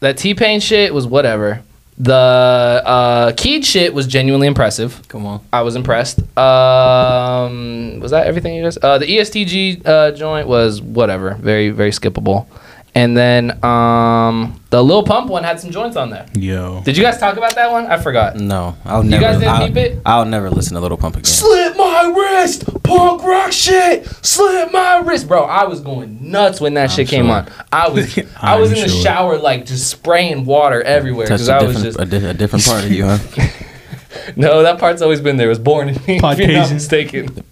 That T Pain shit was whatever. The uh, Keed shit was genuinely impressive.
Come on.
I was impressed. Um, was that everything you guys? Uh, the ESTG uh, joint was whatever, very very skippable. And then um, the Lil Pump one had some joints on there.
Yo.
Did you guys talk about that one? I forgot.
No, I'll
guys
never.
didn't
I'll,
peep it?
I'll never listen to Little Pump again.
Slip my wrist, punk rock shit. Slip my wrist, bro. I was going nuts when that shit came
sure.
on. I was I was in
I'm
the
sure.
shower like just spraying water everywhere
Touched
because
a
I was
different,
just
a, di- a different part of you, huh?
no. That part's always been there. It was born in me. If you're not
Podcasting.
mistaken.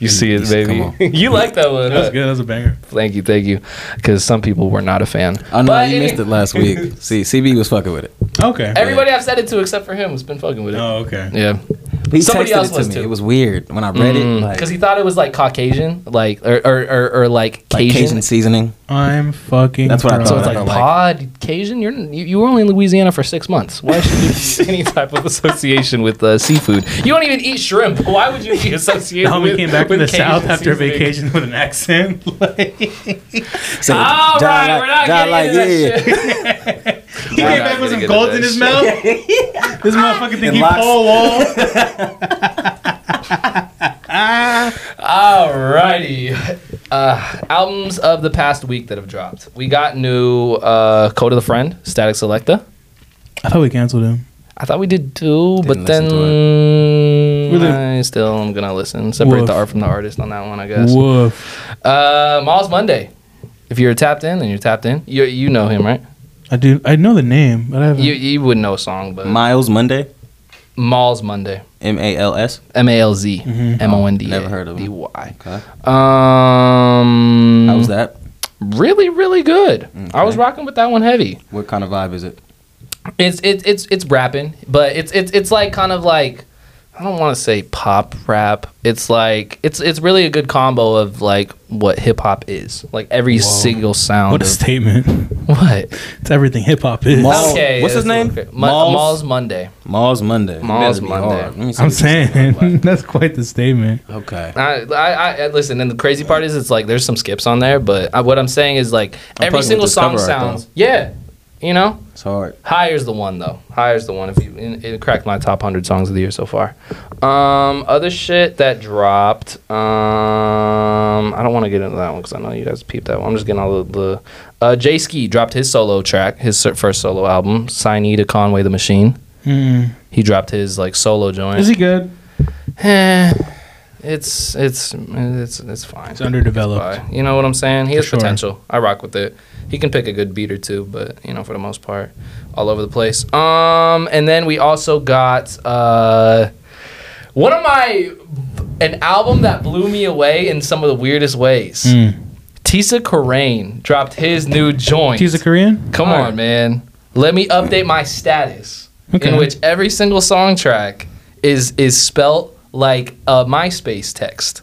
You see it,
Come
baby.
on.
you like that one.
That was
huh?
good. That was a banger.
Thank you, thank you. Because some people were not a fan.
Oh no,
But
you
any-
missed it last week. See, CB was fucking with it.
Okay.
Everybody I've said it to except for him has been fucking with it.
Oh, okay.
Yeah, Mm.
He
Somebody
texted it
else
to
was
me.
too.
It was weird when I read it. Like,
because he thought it was like Caucasian, like or or or, or like
like
Cajun.
Cajun seasoning.
I'm fucking.
That's what I
proud.
thought.
so it's
I
like
don't
pod Cajun. You're you, you were only in Louisiana for six months. Why should you have any type of association with uh, seafood? You don't even eat shrimp. Why would you be associated?
Now we
with,
came back from
with
the
Cajun
south after
seasoning?
vacation with an accent. like, he
Say,
All
"John,
right,
like-
we're not
John,
getting
like,
into that shit.
came
I'm not
back
gonna
with some
get
gold
into
in
that
his mouth. this motherfucker think
And
he
locks.
Paul Wall.
Alrighty. Uh, albums of the past week that have dropped. We got new uh, Code of the Friend, Static Selecta.
I thought we canceled him.
I thought we did too, but
Didn't
then
listen
Really?
I still am gonna listen. Separate
Woof.
the art from the artist on that one, I guess.
Woof.
Uh, Miles Monday. If you're tapped in, then you're tapped in. You you know him, right?
I do. I know the name, but I haven't.
You you would know a song, but
Miles Monday,
Miles Monday.
M A L S.
M A L Z M O N D.
Never heard of him.
D Y.
Okay.
Um,
How was that?
Really, really good. I was rocking with that one heavy.
What kind of vibe is it?
It's it's it's it's rapping, but it's it's it's like kind of like I don't want to say pop rap. It's like it's it's really a good combo of like what hip hop is. Like every single sound.
what a
of-
statement.
what?
It's everything hip hop is.
Mal- what's his
that's
name?
okay. Mu-
Malls?
Malls? Monday.
Miles Monday.
Miles
It better be
Monday.
hard. Let me see
I'm
what this is
saying
like.
that's quite the statement.
Okay.
I, I, I listen, and the crazy part is, it's like there's some skips on there, but I, what I'm saying is like
I'm fucking
every
with
single
this
song
cover art, though.
sounds. yeah, you know.
It's hard.
Higher's the one though. Higher's the one. If you, it, it cracked my top hundred songs of the year so far. Um, other shit that dropped. Um, I don't want to get into that one because I know you guys peeped that one. I'm just getting all the. the uh, Jay Ski dropped his solo track, his ser- first solo album, Signee to Conway the Machine.
Mm.
He dropped his like solo joint.
Is he good?
Eh, it's it's it's it's fine.
It's underdeveloped.
Bye. You know what I'm saying? He has
sure.
potential. I rock with it. He can pick a good beat or two, but you know, for the most part, all over the place. Um, and then we also got uh, one of my an album that blew me away in some of the weirdest ways.
Mm.
Tisa Corain dropped his new joint.
He's a Korean.
Come on, man. Let me update my status.
Okay.
In which every single song track is is spelt like a MySpace text.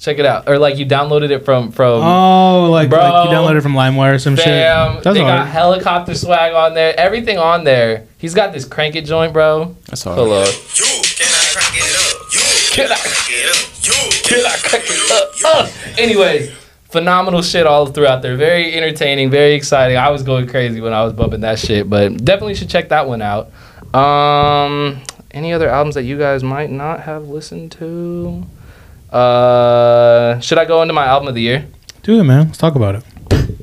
Check it out. Or like you downloaded it from from
Oh, like,
Bro.
like you downloaded from LimeWire or some
Fam.
shit.
They
That's
got
hard.
helicopter swag on there. Everything on there. He's got this crank it joint, bro.
That's hard.
Hold up.
You can I crack it up? You
Can I-
crack it up? You
Can I crack it up? Uh, Anyways, phenomenal shit all throughout there. Very entertaining, very exciting. I was going crazy when I was bumping that shit, but definitely should check that one out. Um, any other albums that you guys might not have listened to? Uh, should I go into my album of the year?
Do it, man. Let's talk about it.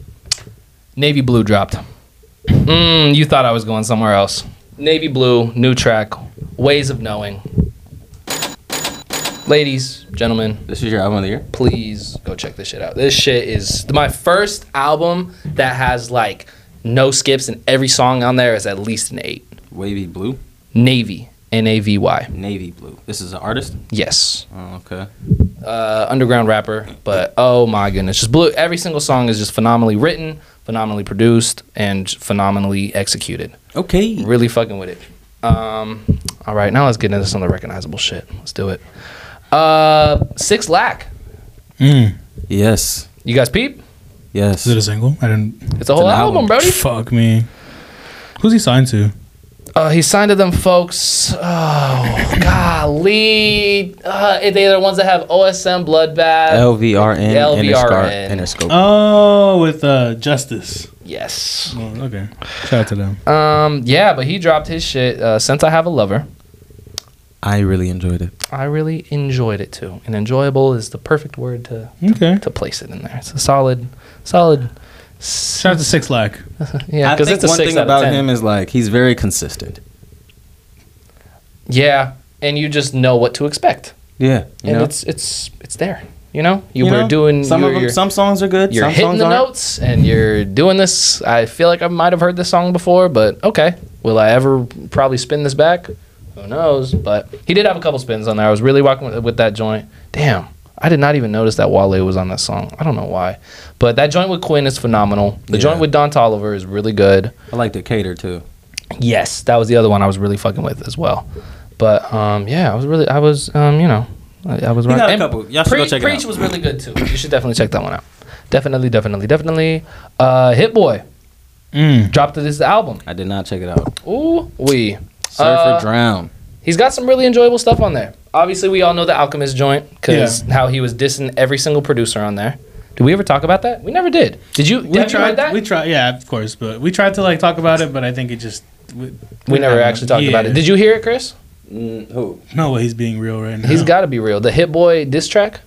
Navy Blue dropped. Mm, you thought I was going somewhere else. Navy Blue, new track, Ways of Knowing. Ladies, gentlemen,
This is your album of the year.
please go check this shit out. This shit is my first album that has like no skips, and every song on there is at least an eight.
Wavy blue,
Navy, N A V Y.
navy blue. This is an artist.
Yes,
Oh, okay.
uh, underground rapper, but oh my goodness, just blew. Every single song is just phenomenally written, phenomenally produced, and phenomenally executed.
Okay.
Really fucking with it. Um, all right, now let's get into some of the recognizable shit. Let's do it. Uh, Six Lack
Mm.
Yes.
You guys peep?
Yes.
Is it a single? I didn't.
It's a whole
an
album,
album.
Brody.
Fuck me. Who's he signed to?
Uh, he signed to them folks. Oh, golly. Uh, they're the ones that have OSM
Oh.
Bloodbath.
LVRN,
LVRN.
Interscar- Interscope.
Oh, with uh, Justice.
Yes.
Oh, okay. Shout out to them.
Um, yeah, but he dropped his shit uh, since I have a lover.
I really enjoyed it.
I really enjoyed it too. And enjoyable is the perfect word to,
Okay.
to place it in there. It's a solid, solid.
Shout out to Six Lack.
Yeah,
I
because
think
it's a
one
six
thing
out of
about
ten.
him is like he's very consistent.
Yeah, and you just know what to expect,
Yeah, you
and
know.
it's it's it's there. You know, you,
You
were
know,
doing
some
you
of them. Some songs are good.
you're
some
hitting
songs
the
aren't.
notes and you're doing this. I feel like I might have heard this song before, but okay. Will I ever probably spin this back? Who knows? But he did have a couple spins on there. I was really walking with, with that joint. Damn, I did not even notice that Wale was on that song. I don't know why, but that joint with Quinn is phenomenal. The
Yeah.
joint with Don Tolliver is really good.
I like to cater too.
Yes, that was the other one I was really fucking with as well. But um, yeah, I was really, I was, um, you know, I, I was
We
right.
got a
And
couple. Y'all should go check it
Preach
out.
was really good too. You should definitely check that one out. Definitely, definitely, definitely. Uh, Hit Boy
Mm.
dropped this album.
I did not check it out.
Ooh, we.
Surf
Uh,
or drown.
He's got some really enjoyable stuff on there. Obviously, we all know the Alchemist joint because how he was dissing every single producer on there. Did we ever talk about that? We never did. Did you?
We
have you heard
tried.
that?
We tried. Yeah, of course. But we tried to like talk about it, but I think it just. We,
We never actually talked about it. Did you hear it, Chris?
Mm, who?
you? No, way he's being real right now.
He's got to be real. The Hit Boy diss track.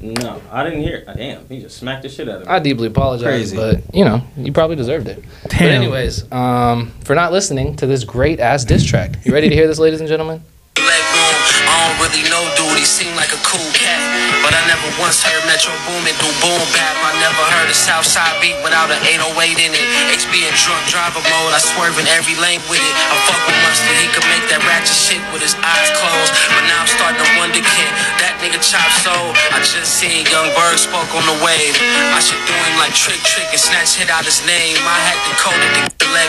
No, I didn't hear. It. Damn, he just smacked the shit out of
I deeply apologize,
Crazy.
but you know, you probably deserved it. But
Damn.
anyways, um, for not listening to this great ass diss track. You ready to hear this, ladies and gentlemen?
Black Boom, I don't really know dude, he seemed like a cool cat. But I never once heard Metro Boomin do boom bap. I never heard a Southside beat without an 808 in it. HB in drunk driver mode, I swerve in every lane with it. I fuck with Mustard, he could make that ratchet shit with his eyes closed. But now I'm starting to wonder, kid, that nigga chop soul. I just seen Young Berg spoke on the wave. I should do him like Trick Trick and snatch hit out his name. I had to code it to Black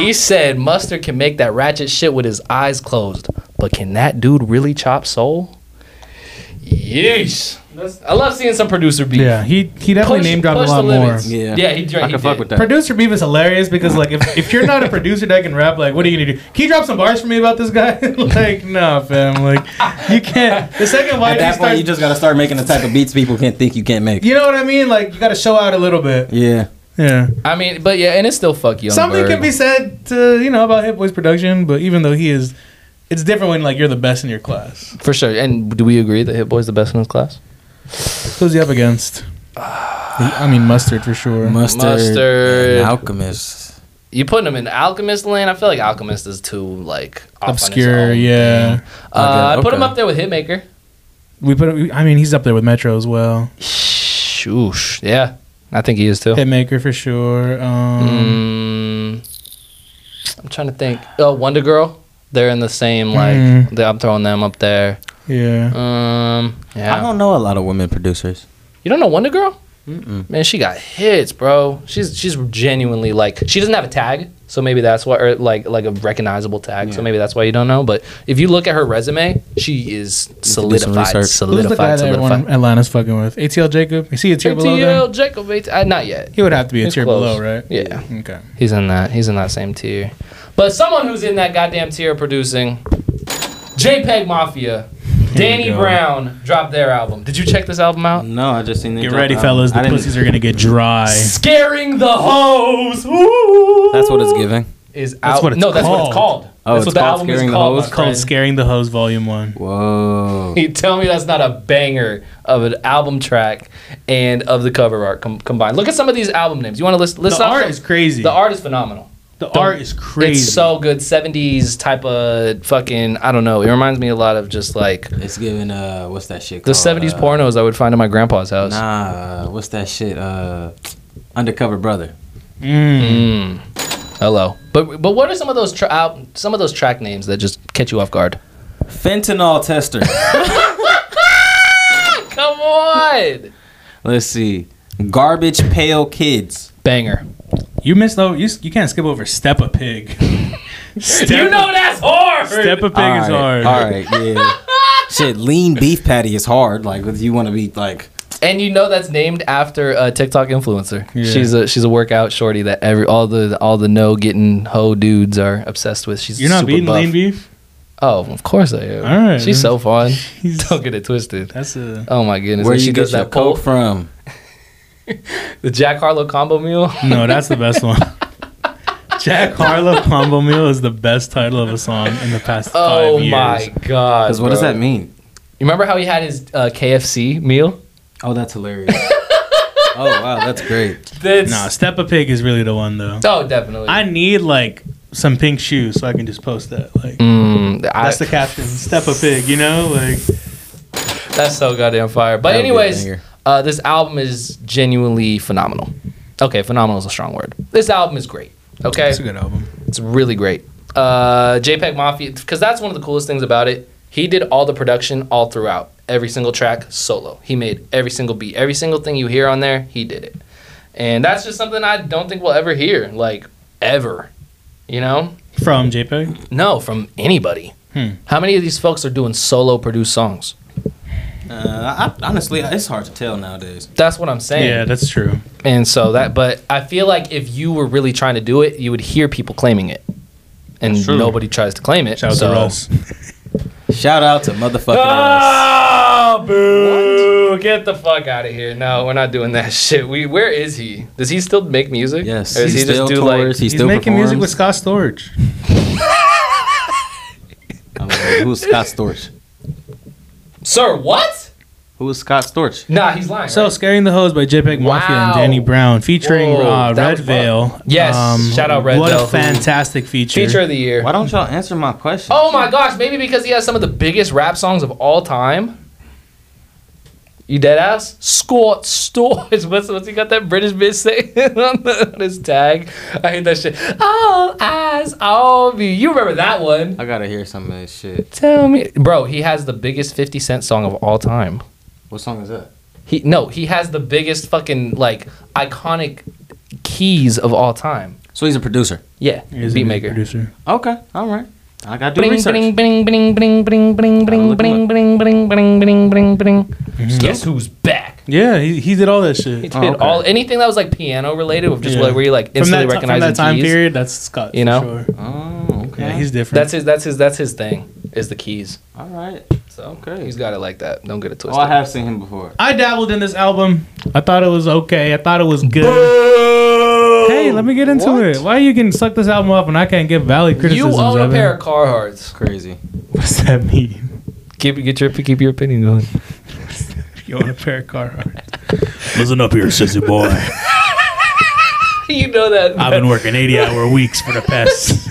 He said Mustard can make that ratchet shit with his eyes closed, but can that dude really chop soul? Yeesh. That's- I love seeing some producer beef.
Yeah, he he definitely
Push-
name dropped a
push the
lot more.
limits.
Yeah.
yeah, he, dra-
I
he
can fuck
did.
with that.
Producer beef is hilarious because like if, if you're not a producer that can rap, like what are you gonna do? Can you drop some bars for me about this guy? like nah, fam. Like you can't. The second
At
YG
that point,
starts,
you just gotta start making the type of beats people can't think you can't make.
you know what I mean? Like you gotta show out a little bit.
Yeah.
Yeah.
I mean, but yeah, and it's still fuck you.
Something can be said to you know about Hit Boy's production, but even though he is, it's different when like you're the best in your class.
for sure. And do we agree that Hit Boy's the best in his class?
Who's he up against? I mean mustard for sure.
Mustard.
Mustard.
and Alchemist.
You putting him in Alchemist lane? I feel like Alchemist is too like off on his
Obscure,
own
yeah.
thing. Uh,
Okay,
I put him
okay.
up there with Hitmaker.
We put. I mean, he's up there with Metro as well.
Shoosh. Yeah, I think he is too.
Hitmaker for sure. Um,
Mm, I'm trying to think. Oh, Wonder Girl. They're in the same like.
Mm.
They, I'm throwing them up there.
Yeah.
Um, yeah.
I don't know a lot of women producers.
you don't know Wonder Girl? Man, she got hits, bro. She's she's genuinely like she doesn't have a tag, so maybe that's why, or like like a recognizable tag, so maybe that's why you don't know. But if you look at her resume, she is
can do some
solidified,
research.
Who's the guy
solidified,
that everyone
solidified.
Atlanta's fucking with? ATL Jacob. You see a tier below them?
ATL Jacob, AT- uh, not yet.
He would have to be a
He's
tier
close.
below, right?
Yeah.
Okay.
He's in that. He's in that same tier. But someone who's in that goddamn tier producing, JPEG Mafia, Danny
go.
Brown dropped their album. Did you check this album out?
No, I just seen.
Get
um,
ready, fellas. The pussies are gonna get dry.
Scaring the hoes. Ooh.
That's what it's giving.
Is out.
what it's
no, that's what
called.
it's called.
Oh, it's
that's what the
called
album is
Scaring the
called.
Hoes?
my
It's called
friend.
"Scaring the Hose" Volume One.
Whoa.
You tell me that's not a banger of an album track and of the cover art com- combined. Look at some of these album names. You want to list? list
The
off
art
some-
is crazy.
The art is phenomenal.
The art is crazy.
It's so good. 70s type of fucking, I don't know. It reminds me a lot of just like the
It's giving. Uh, what's that
Oh,
shit? called?
70s
Uh,
pornos I would find in my grandpa's house.
Nah. What's that shit? Uh, undercover brother.
Mm.
Mm. Hello. But but what are some of those tra- al- some of those track names that just catch you off guard?
Fentanyl tester.
Come on.
Let's see. Garbage pale kids.
Banger.
You missed though. You, s- you can't skip over "Step a Pig." Step
You know that's hard.
Step a Pig is hard.
All right. Yeah. Shit, lean beef patty is hard. Like, if you want to be like,
And you know that's named after a TikTok influencer.
Yeah.
She's a she's a workout shorty that every all the all the no getting hoe dudes are obsessed with. She's
You're not
super
eating
buff.
lean beef.
Oh, of course I am.
All right,
She's
then.
so fun.
He's-
Don't get it twisted.
That's a
Oh my goodness.
where
And
you
she
get
does
your
that pole,
coke from?
the Jack Harlow combo meal.
no. That's the best one. Jack Harlow combo meal is the best title of a song in the past five
Oh
years.
my god.
Because what does
bro.
that mean?
You remember how he had his uh, KFC meal?
Oh, that's hilarious. oh wow, that's great.
That's
Nah, Step a Pig is really the one though.
Oh, definitely.
I need like some pink shoes so I can just post that. Like
Mm, I-
that's the caption. Step a Pig, you know, like
That's so goddamn fire. But
That'll be a
anyways,
banger.
uh, this album is genuinely phenomenal. Okay, phenomenal is a strong word. This album is great. Okay,
it's a good album.
it's really great. Uh, JPEG Mafia, because that's one of the coolest things about it. He did all the production all throughout, every single track solo. He made every single beat, every single thing you hear on there. He did it, and that's just something I don't think we'll ever hear, like ever. You know,
From JPEG,
no, from anybody.
Hmm.
How many of these folks are doing solo produced songs?
Uh, I, honestly, it's hard to tell nowadays.
That's what I'm saying.
yeah, that's true.
And so that, but I feel like if you were really trying to do it, you would hear people claiming it, and nobody tries to claim it.
Shout out
so.
to Russ.
Shout out to motherfucking us.
Ah, boo! Get the fuck out of here! No, we're not doing that shit. We, where is he? Does he still make music?
Yes,
Or does
he
he
still
just do
tours.
like?
he
He's
still
making music with
performs.
Scott Storage.
I'm like, Who's Scott Storch?
Sir, what?
Who is Scott Storch?
Nah, he's lying.
So,
right?
"Scaring the Hoes" by JPEG Mafia
Wow.
and Danny Brown, featuring
Whoa,
uh,
that was
Red
fun.
Veil. Um,
Yes, shout out Red
what
Veil,
a
who-
fantastic feature!
feature of the year.
Why don't y'all answer my question?
Oh my gosh, maybe because he has some of the biggest rap songs of all time. You dead ass? Scott Storch. What's, what's he got that British bitch saying on, the, on his tag? I hate that shit. All eyes on me. You remember that one?
I gotta hear some of this shit.
Tell me, bro. He has the biggest Fifty Cent song of all time.
What song is that?
He no, he has the biggest fucking like iconic keys of all time.
So he's a producer.
Yeah,
He's a
beat
music
maker.
producer.
Okay, all right. I gotta do
Bling
research.
bling bling bling bling bling bling
Gotta
bling
look him
bling bling bling bling bling bling. Guess who's back?
Yeah, he, he did all that shit
He did
Oh, okay.
all anything that was like piano related, of just
Yeah.
like where you like
from
instantly
that, ti- from
recognizing
that time
keys.
period. That's Scott.
You
for
know?
sure.
Oh, okay.
yeah, he's different.
That's his. That's his. That's his thing. Is the keys.
all right.
So
Okay.
he's got it like that. Don't get it
Oh,
twisted.
I have seen him before.
I dabbled in this album. I thought it was okay. I thought it was good. Hey, let me get into
What?
it. Why are you getting suck this album up and I can't give valid
you
criticisms?
own a
of it?
pair of Carhartts.
Crazy.
What's that mean?
Keep get your keep your opinion going.
You own a pair of Carhartt.
Listen up here, sissy boy.
you know that.
I've been working 80 hour weeks for the past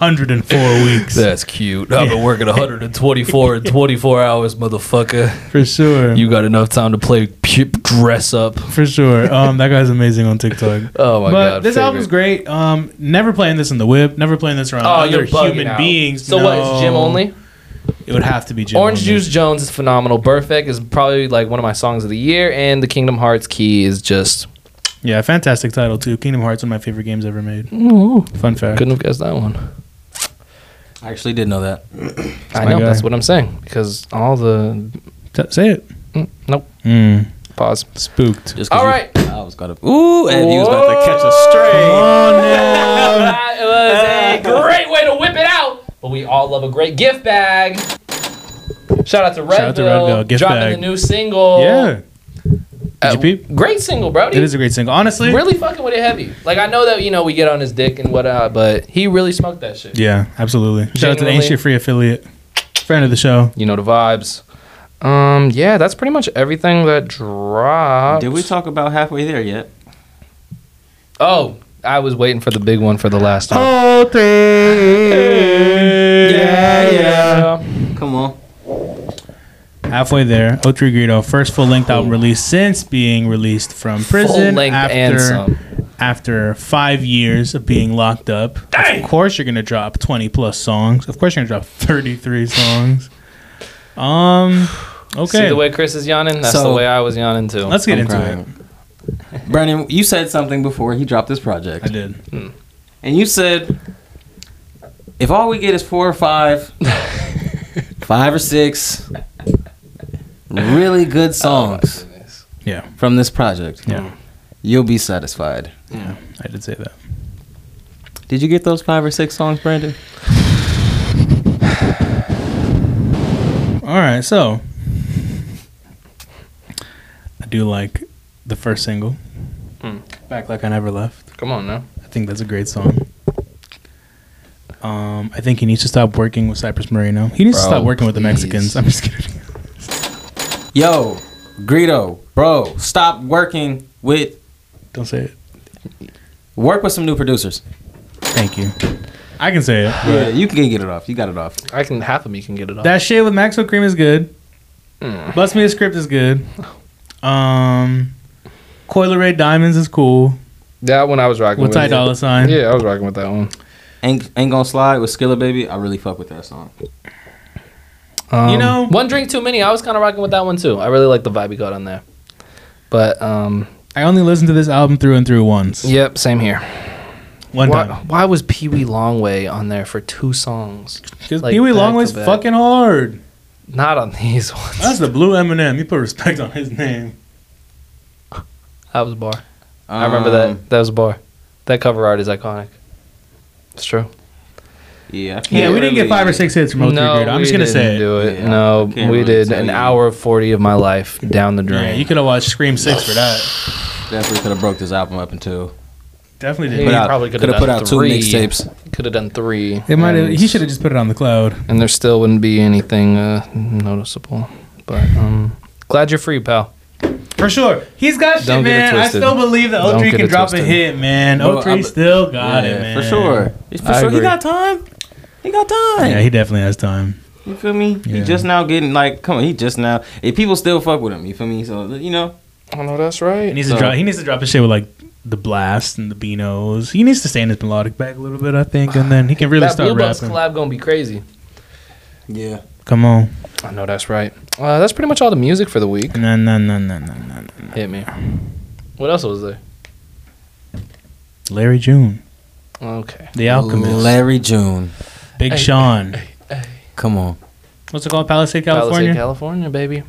104 weeks.
that's cute. I've been working 124 and 24 hours, motherfucker.
For sure.
You got enough time to play p- dress up.
for sure. Um, that guy's amazing on TikTok.
Oh my
but
god.
this
favorite.
album's great. Um, never playing this in the whip. Never playing this around
Oh,
other
you're bugging
human
out.
beings.
So what? It's Jim
No.
only.
It would have to be Jim.
Orange
only.
Juice Jones is phenomenal. Burfek is probably like one of my songs of the year, and the Kingdom Hearts key is just
Yeah, fantastic title too. Kingdom Hearts, one of my favorite games ever made. Fun fact.
Mm. couldn't have guessed that one.
I actually did know that.
I
my
know
guy.
that's what I'm saying because all the
T- say it.
mm, nope pause.
Spooked.
Just 'cause
All
you-
right,
I was gonna. Ooh, and he was about to catch a
Come
stray.
on now.
that was a
Uh,
great way to whip it out. But we all love a great gift bag. Shout out to Red
Shout out to Red Bill, gift
dropping
bag.
the new single.
Yeah.
Uh,
Did you peep?
great single, Brody.
It is a great single. Honestly.
really fucking with it heavy. Like I know that you know we get on his dick and whatnot, but he really smoked that shit.
Yeah, absolutely. Shout out to the
Genuinely.
Ancient Free affiliate. Friend of the show.
you know the vibes. Um, yeah, that's pretty much everything that dropped.
Did we talk about halfway there yet?
Oh, I was waiting for the big one for the last time.
Oh,
Yeah, Come on.
Halfway there, O3 Greedo, first full length album released since being released from prison
Full-length and
after,
some.
after five years of being locked up. Of course, you're going to drop 20 plus songs. Of course, you're going to drop 33 songs. Um,
See the
okay.
way Chris is yawning? That's the
So-
way I was yawning too.
Let's get
I'm
into it.
crying. Brandon, you said something before he dropped this project.
I did.
And you said, if all we get is four or five, five or six, really good songs
Yeah,
from this project.
Oh, Yeah.
You'll be satisfied.
I did say that.
Did you get those five or six songs, Brandon?
All right, so I do like the first single,
Hmm.
"Back Like I Never Left."
Come on now.
I think that's a great song. Um, I think he needs to stop working with Cypress Moreno. He needs to
Bro,
stop working with the
please.
Mexicans. I'm just kidding.
Yo, Greedo, bro, stop working with
Don't say it.
work with some new producers.
Thank you. I can say it.
Uh,
Yeah, you can get it off. You got it off.
I can half of me can get it off.
That shit with Maxwell Cream is good.
Mm.
Bust Me a Script is good. Um, Coil Ray Diamonds is cool.
that one I was rocking
With
with.
Ty Dolla Sign.
Yeah, I was rocking with that one.
Ain't ain't gonna slide with Skilla Baby. I really fuck with that song.
Um,
know-
one drink too many. I was kind of rocking with that one too. I really like the vibe he got on there. But um,
I only listened to this album through and through once.
yep, same here.
One
Why,
time.
why was Pee Wee Longway on there for two songs?
Because
Like
Pee Wee
back
Longway's
to back.
fucking hard.
Not on these ones.
That's the blue Eminem. You put respect on his name.
that was a bar. I remember
Um,
that. That was a bar. That cover art is iconic. It's true.
Yeah, I
Yeah,
can't
we didn't get
really-
five or six hits from 03
No,
Greedo. I'm
we
just going
didn't
to say it.
do it.
Yeah,
no,
I
we
can't really
did
tell
an
you.
hour forty of my life down the drain.
Yeah, you could have watched Scream 6 for that.
Definitely could have broke this album up in two.
Definitely
He
did.
Put out-
probably coulda
coulda
done
put out two
three.
mixtapes.
could have done three.
It might have.
and-
He should have just put it on the cloud.
and there still wouldn't be anything uh, noticeable. But um, glad you're free, pal.
For sure. He's got
Don't get it
shit, man. I
twisted.
still believe that
Don't
O3
get
can
it
drop a
twisted.
hit, man.
Bro,
O3
I-
still got it,
Yeah,
man.
for sure. For
I
sure,
agree.
he got time. He got time.
Yeah, he definitely has time.
you feel me?
Yeah.
He just now getting like, come on, he just now. If people still fuck with him, you feel me? So you know,
I know that's
He
right.
needs
So-
to drop. He needs to drop his shit with like the blast and the Beanos. He needs to stay in his melodic bag a little bit, I think, and then he can really
that
start
Blue Buds
rapping.
collab gonna be crazy.
yeah.
Come on,
I know that's right. Uh, that's pretty much all the music for the week.
no, no, no, no, no, no.
Hit me. What else was there?
Larry June,
Okay.
The Alchemist,
Larry June,
Big
Hey.
Sean.
come on.
What's it called? Palisade, California.
Palisade, California, baby.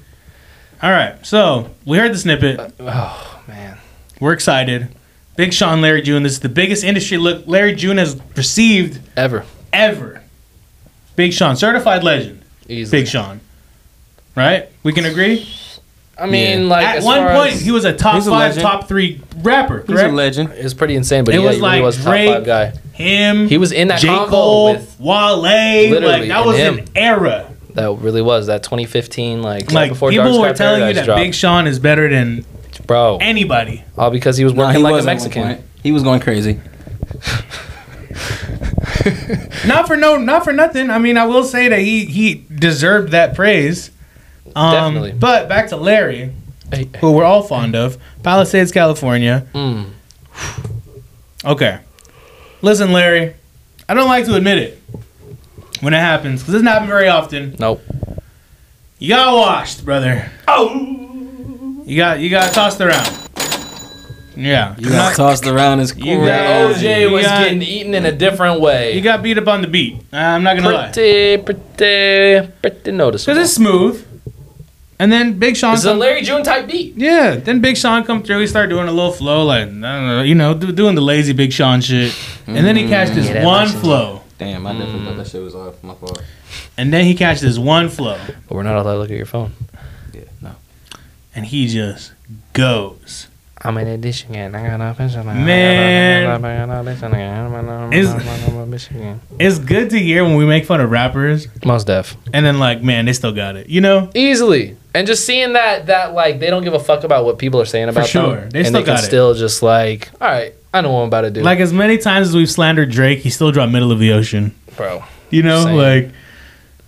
All right, so we heard the snippet.
Oh man.
We're excited. Big Sean, Larry June. This is the biggest industry look Larry June has received
Ever.
ever. Big Sean, certified legend.
Easily.
Big Sean. Right? We can agree?
I mean, like
At
as
one
far
point,
as-
he was a top
He's a
five,
legend.
top three rapper,
He's a
correct?
legend.
it was pretty insane, but
It
yeah,
was
he
like
really was top
Drake,
five guy.
him,
He was in that
J.
convo
Cole,
with-
Wale.
Literally,
Like, that
and
was
him.
an era.
That really was that 2015, like, right
Like,
before
people
Dark
were
Sky
telling you
Paradise
that
dropped.
Big Sean is better than
bro,
anybody.
all because he was
No,
working
he
like a
was at one point.
Mexican.
He was going crazy.
Not for no, not for nothing. I mean, I will say that he he deserved that praise. Um,
Definitely.
But back to Larry,
Hey,
who we're all fond of, Palisades, California.
mm,
Okay. Listen, Larry, I don't like to admit it when it happens because it doesn't happen very often.
nope.
You got washed, brother. Oh. You got you got tossed around. Yeah.
You got tossed around as
You
That
Yeah.
OJ was
You got-
getting eaten in a different way.
You got beat up on the beat. I'm not gonna lie.
pretty, pretty, pretty
Cause
noticeable.
it's smooth. And then Big Sean.
It's a
come-
Larry June type beat.
yeah. Then Big Sean come through. He start doing a little flow, like I don't know, you know, do, doing the lazy Big Sean shit. And then he catch this
that
one
makes
flow.
Damn, I definitely thought that shit was off. My fault.
And then he catch this one flow,
But we're not allowed to look at your phone.
Yeah, no.
and he just goes.
I'm an addition again. I got option.
Man. Is-
Man.
It's good to hear when we make fun of rappers,
Most deaf.
and then like, man, they still got it. You know.
Easily. And just seeing that, that like, they don't give a fuck about what people are saying about
sure.
them.
They
and
still
they can
got it.
still just like, all right, I know what I'm about to do.
Like as many times as we've slandered Drake, he still dropped middle of the ocean.
bro.
You know,
Same.
like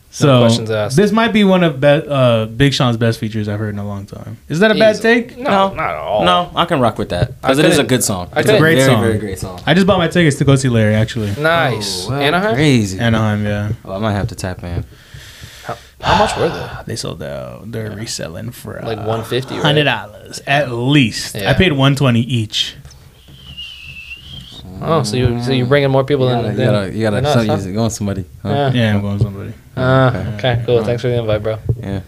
so.
questions asked.
This might be one of be- uh, Big Sean's best features I've heard in a long time. Is that a bad
Easily.
take?
No, not at all.
No, I can rock with that
I
because it is a
couldn't-
good song.
I
It's a
couldn't-
very,
Great song.
very great song. Oh,
I just bought my tickets to go see Larry actually.
Nice. Anaheim?
Crazy.
Anaheim, yeah.
Oh, I might have to tap in.
How much were they?
Ah, They sold out. They're reselling for uh,
Like 150 right?
hundred dollars at least.
Yeah.
I paid one twenty each.
Oh, so you so you're bringing more people
You gotta,
than
you gotta, you gotta
than us,
something-
huh?
you go on somebody. huh?
Yeah. Ah,
Yeah, I'm going with somebody.
Uh, okay. Cool. Thanks for the invite, bro.
Yeah.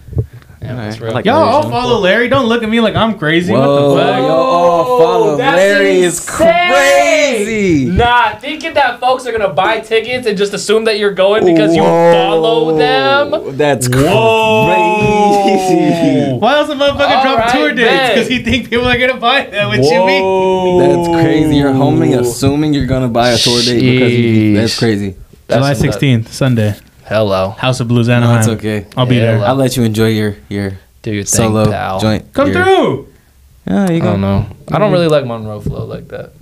Yeah, that's
All right.
real.
I like
Y'all
Larry's
all
one.
follow Larry. Don't look at me like I'm crazy.
Whoa,
What the fuck?
yo, oh, follow
that's
Larry is
insane.
crazy.
Nah, thinking that folks are gonna buy tickets and just assume that you're going because you
Whoa.
follow them.
That's crazy.
Whoa. Why else the motherfucker
All
drop
right,
tour dates?
bet.
Because he think people are gonna buy them. What you mean?
That's
Whoa.
crazy. You're homing, assuming you're gonna buy a tour date because you,
Sheesh.
that's crazy.
That's
July
what-
16th, Sunday,
Hello.
House of Blues
No,
Anaheim.
Uh-huh.
it's okay.
I'll be
Yeah,
there.
like-
I'll let you enjoy your your
Do your thing,
solo
pal.
joint.
Come
your,
through.
Yeah, you
I
go.
don't know. I don't really like Monroe flow like that.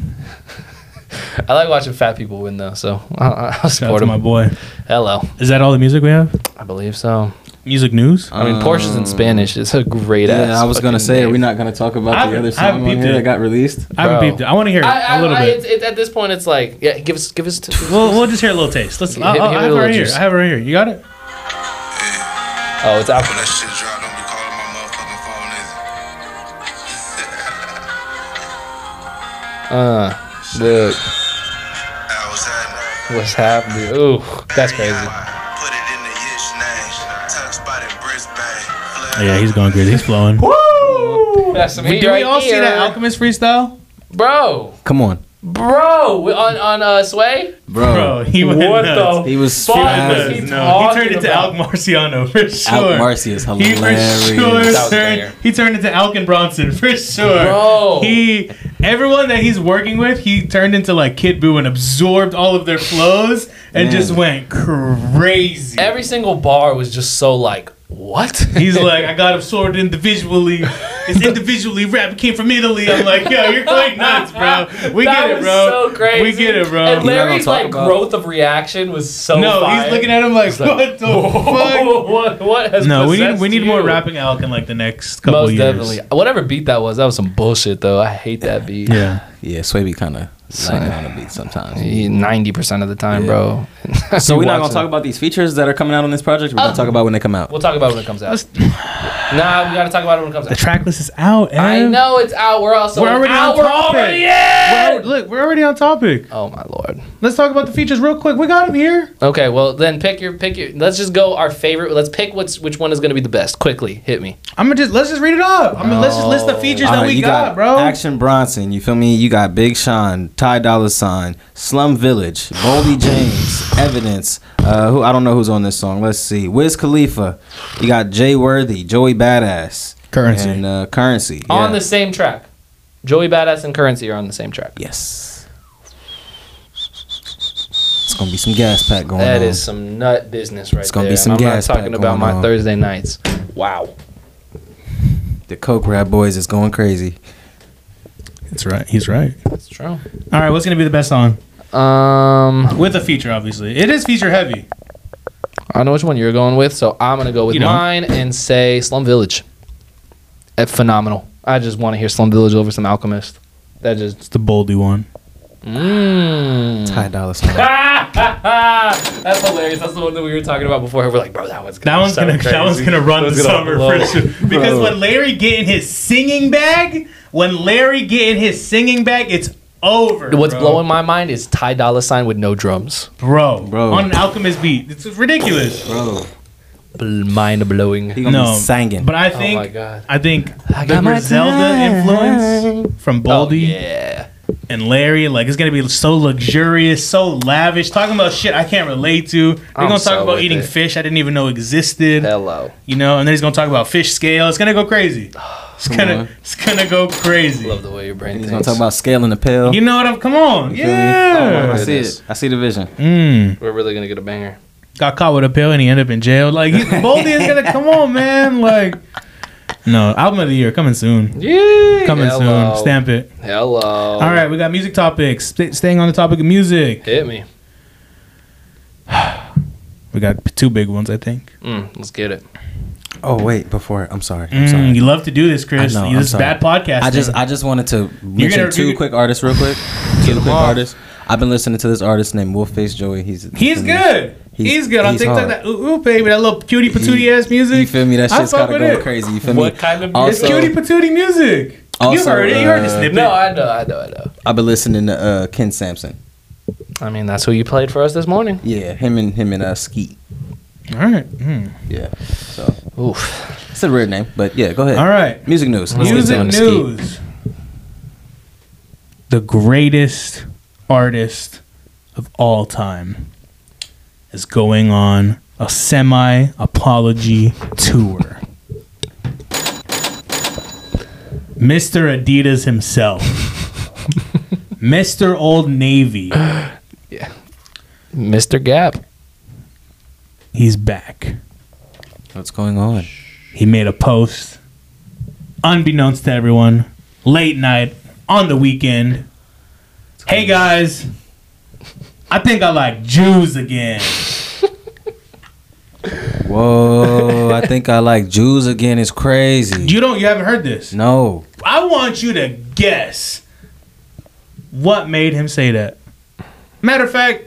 I like watching fat people win though, so I'll, I'll
Shout out
support
to my
them.
boy.
Hello,
Is that all the music we have?
I believe so.
Music news.
I mean, Porsche's in Spanish. It's a great ass.
Yeah, I was gonna
fucking
say,
name.
are we not gonna talk
I
about the
haven't-
other
I haven't
song on
peeped
here
it.
that got released?
I haven't
Bro.
peeped it. I want to hear
I, I,
a little
I,
bit.
It's, it's- at this point, it's like, yeah, give us, give us. T-
We'll, we'll just hear a little taste. Let's.
Yeah,
I'll-
hit me
I'll- I
with
have
a
it right
little
here.
juice.
I have it right here. You got it.
oh, it's
When
alpha.
that shit drop, don't be calling my motherfucking phone either.
Uh, look,
I was hiding.
what's happening? Ooh, that's crazy.
Put it in the yish name. Tuck spot in wrist bang.
Yeah, he's going crazy. He's flowing.
That's some heat
Do we
right
all see that
there.
Alchemist freestyle?
bro?
Come on,
Bro, we- on on uh, sway.
bro.
Bro, he went
what
nuts.
the
He was
fuck
fast.
is
He
Nuts. No, he
talking
turned into
about?
Alc Marciano for sure.
Out Marcy is
He for
hilarious.
That
sure
was
turned,
banger.
he turned into Alkin Bronson for sure.
Bro.
He everyone that he's working with, he turned into like Kid Boo and absorbed all of their flows and
Man.
just went crazy.
Every single bar was just so like, what?
he's like, I got absorbed individually. It's individually rap it came from Italy. I'm like, yo, you're going nuts, "Ah, bro. We
That
get it,
was
bro.
So crazy.
We get it, bro.
And
You're not gonna
Larry's
talk
like
about-
growth of reaction was so.
no,
fire.
he's looking at him like,
like,
what the fuck?
what, what has
No, we need
possessed
we need more
you?
rapping Alkin like the next couple
Most
years.
definitely. Whatever beat that was, that was some bullshit though. I hate that beat.
Yeah.
Yeah, Sway be kind of slacking on the beat sometimes.
Ninety percent of the time, bro.
So we're not gonna talk about these features that are coming out on this project. We're
Oh.
gonna talk about when they come out.
We'll talk about it when it comes out.
Let's-
nah, we gotta talk about it when it comes
The
out.
track list is out, and
I know it's out. We're also
We're already
out.
on
We're
topic.
already in.
look, we're already on topic.
Oh my lord.
Let's talk about the features real quick. We got him here.
Okay, well then pick your pick your. Let's just go our favorite. Let's pick what's which one is gonna be the best. Quickly hit me.
I'm gonna just let's just read it up. I'm gonna let's just list the features that
All right,
we
you
got, bro.
Action Bronson, you feel me? You got Big Sean, Ty Dolla Sign, Slum Village, Boldy James, Evidence. Uh, who I don't know who's on this song. Let's see, Wiz Khalifa. You got Jay Worthy, Joey Badass,
Currency.
and uh, Currency
On
Yeah.
the same track. Joey Badass and Currency are on the same track.
Yes, it's gonna be some gas pack going
That
on.
is some nut business right
It's gonna
there.
be some
I'm
gas
not
pack
talking about
going
my
on.
Thursday nights. Wow.
The Coke Rap Boys is going crazy.
That's right. He's right.
That's true.
All right, what's gonna be the best song
Um,
with a feature? Obviously, it is feature heavy.
I know which one you're going with, so I'm gonna go with
You don't.
mine and say Slum Village. Eh, phenomenal. I just want to hear Slum Village over some Alchemist. That just
It's the boldy one.
mm.
Ty Dolla Sign.
That's hilarious. That's the one that we were talking about before. We're like, bro, that one's
That
gonna
one's
be so
gonna that one's
crazy.
gonna run
That
the
one's gonna
summer
blow.
for sure. Because
Bro.
when Larry get in his singing bag, when Larry get in his singing bag, it's over.
What's
bro.
blowing my mind is Ty Dolla Sign with no drums.
bro,
Bro.
on an Alchemist beat? It's ridiculous.
Bro,
Bl- mind blowing.
he gonna
No,
be singing.
But I
Oh
think
my god.
I think
I
the
got my
Griselda influence from
Oh,
Boldy
yeah.
and Larry, like it's gonna be so luxurious, so lavish. Talking about shit I can't relate to. They're
I'm
gonna
so
talk about
with
eating
it.
fish I didn't even know existed.
Hello.
You know, and then he's gonna talk about fish scale. It's gonna go crazy. It's gonna
on.
it's gonna go crazy.
Love the way your brain
He's
thinks.
gonna talk about scaling the pill.
You know what I'm come on.
You feel me? I
Yeah.
see it. I see the vision.
Mm.
We're really gonna get a banger.
Got caught with a pill and he ended up in jail. Like he, Boldy is gonna come on, man. Like No, album of the year coming soon.
Yeah.
Coming soon. Stamp it.
Hello.
All right, we got music topics. St- staying on the topic of music,
Hit me.
we got two big ones, I think.
Mm, let's get it.
Oh wait, before I'm sorry. I'm
Mm,
sorry.
You love to do this, Chris.
I know,
this
I'm
is
sorry.
bad podcast.
I just I just wanted to mention
gonna-
two
you-
quick artists real quick. Two quick
off.
artists. I've been listening to this artist named Wolfface Joey. He's
he's good. He's,
He's-
good on
he's
TikTok.
hard.
That ooh, ooh baby, that little cutie patootie
He-
ass music.
You feel me? That
I
shit's
fuck
gotta
with
go
it.
crazy. You feel me?
What kind of
It's
music?
Also-
cutie patootie music. you
Also,
heard it. You heard the
uh,
snippet.
No, I know, I know, I know.
I've been listening to uh, Ken Sampson.
I mean, that's who you played for us this morning.
Yeah, him and him and uh, Skeet.
All right. Mm.
Yeah. So
Oof.
It's a weird name, but yeah, go ahead.
All right.
Music news.
Let's get
Music
down to Skeet.
news. The greatest artist of all time is going on a semi apology tour. Mr. Adidas himself. Mr. Old Navy.
Mr. Gap.
He's back.
What's going on?
He made a post, unbeknownst to everyone, late night on the weekend. Hey guys, I think I like Jews again.
Whoa, I think I like Jews again. It's crazy.
You don't, you haven't heard this.
no.
I want you to guess what made him say that. Matter of fact,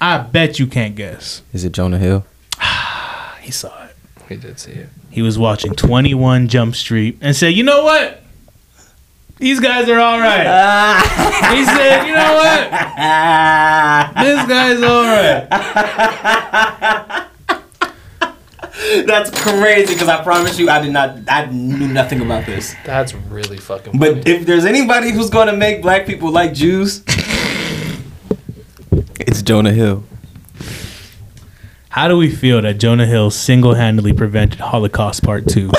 I bet you can't guess.
Is it Jonah Hill?
He saw it.
We did see it.
He was watching 21 Jump Street and said, You know what? These guys are all right. he said, You know what? This guy's all right.
That's crazy because I promise you, I did not, I knew nothing about this.
That's really fucking.
But if there's anybody who's going to make black people like Jews,
It's Jonah Hill.
How do we feel that Jonah Hill single handedly prevented Holocaust Part 2?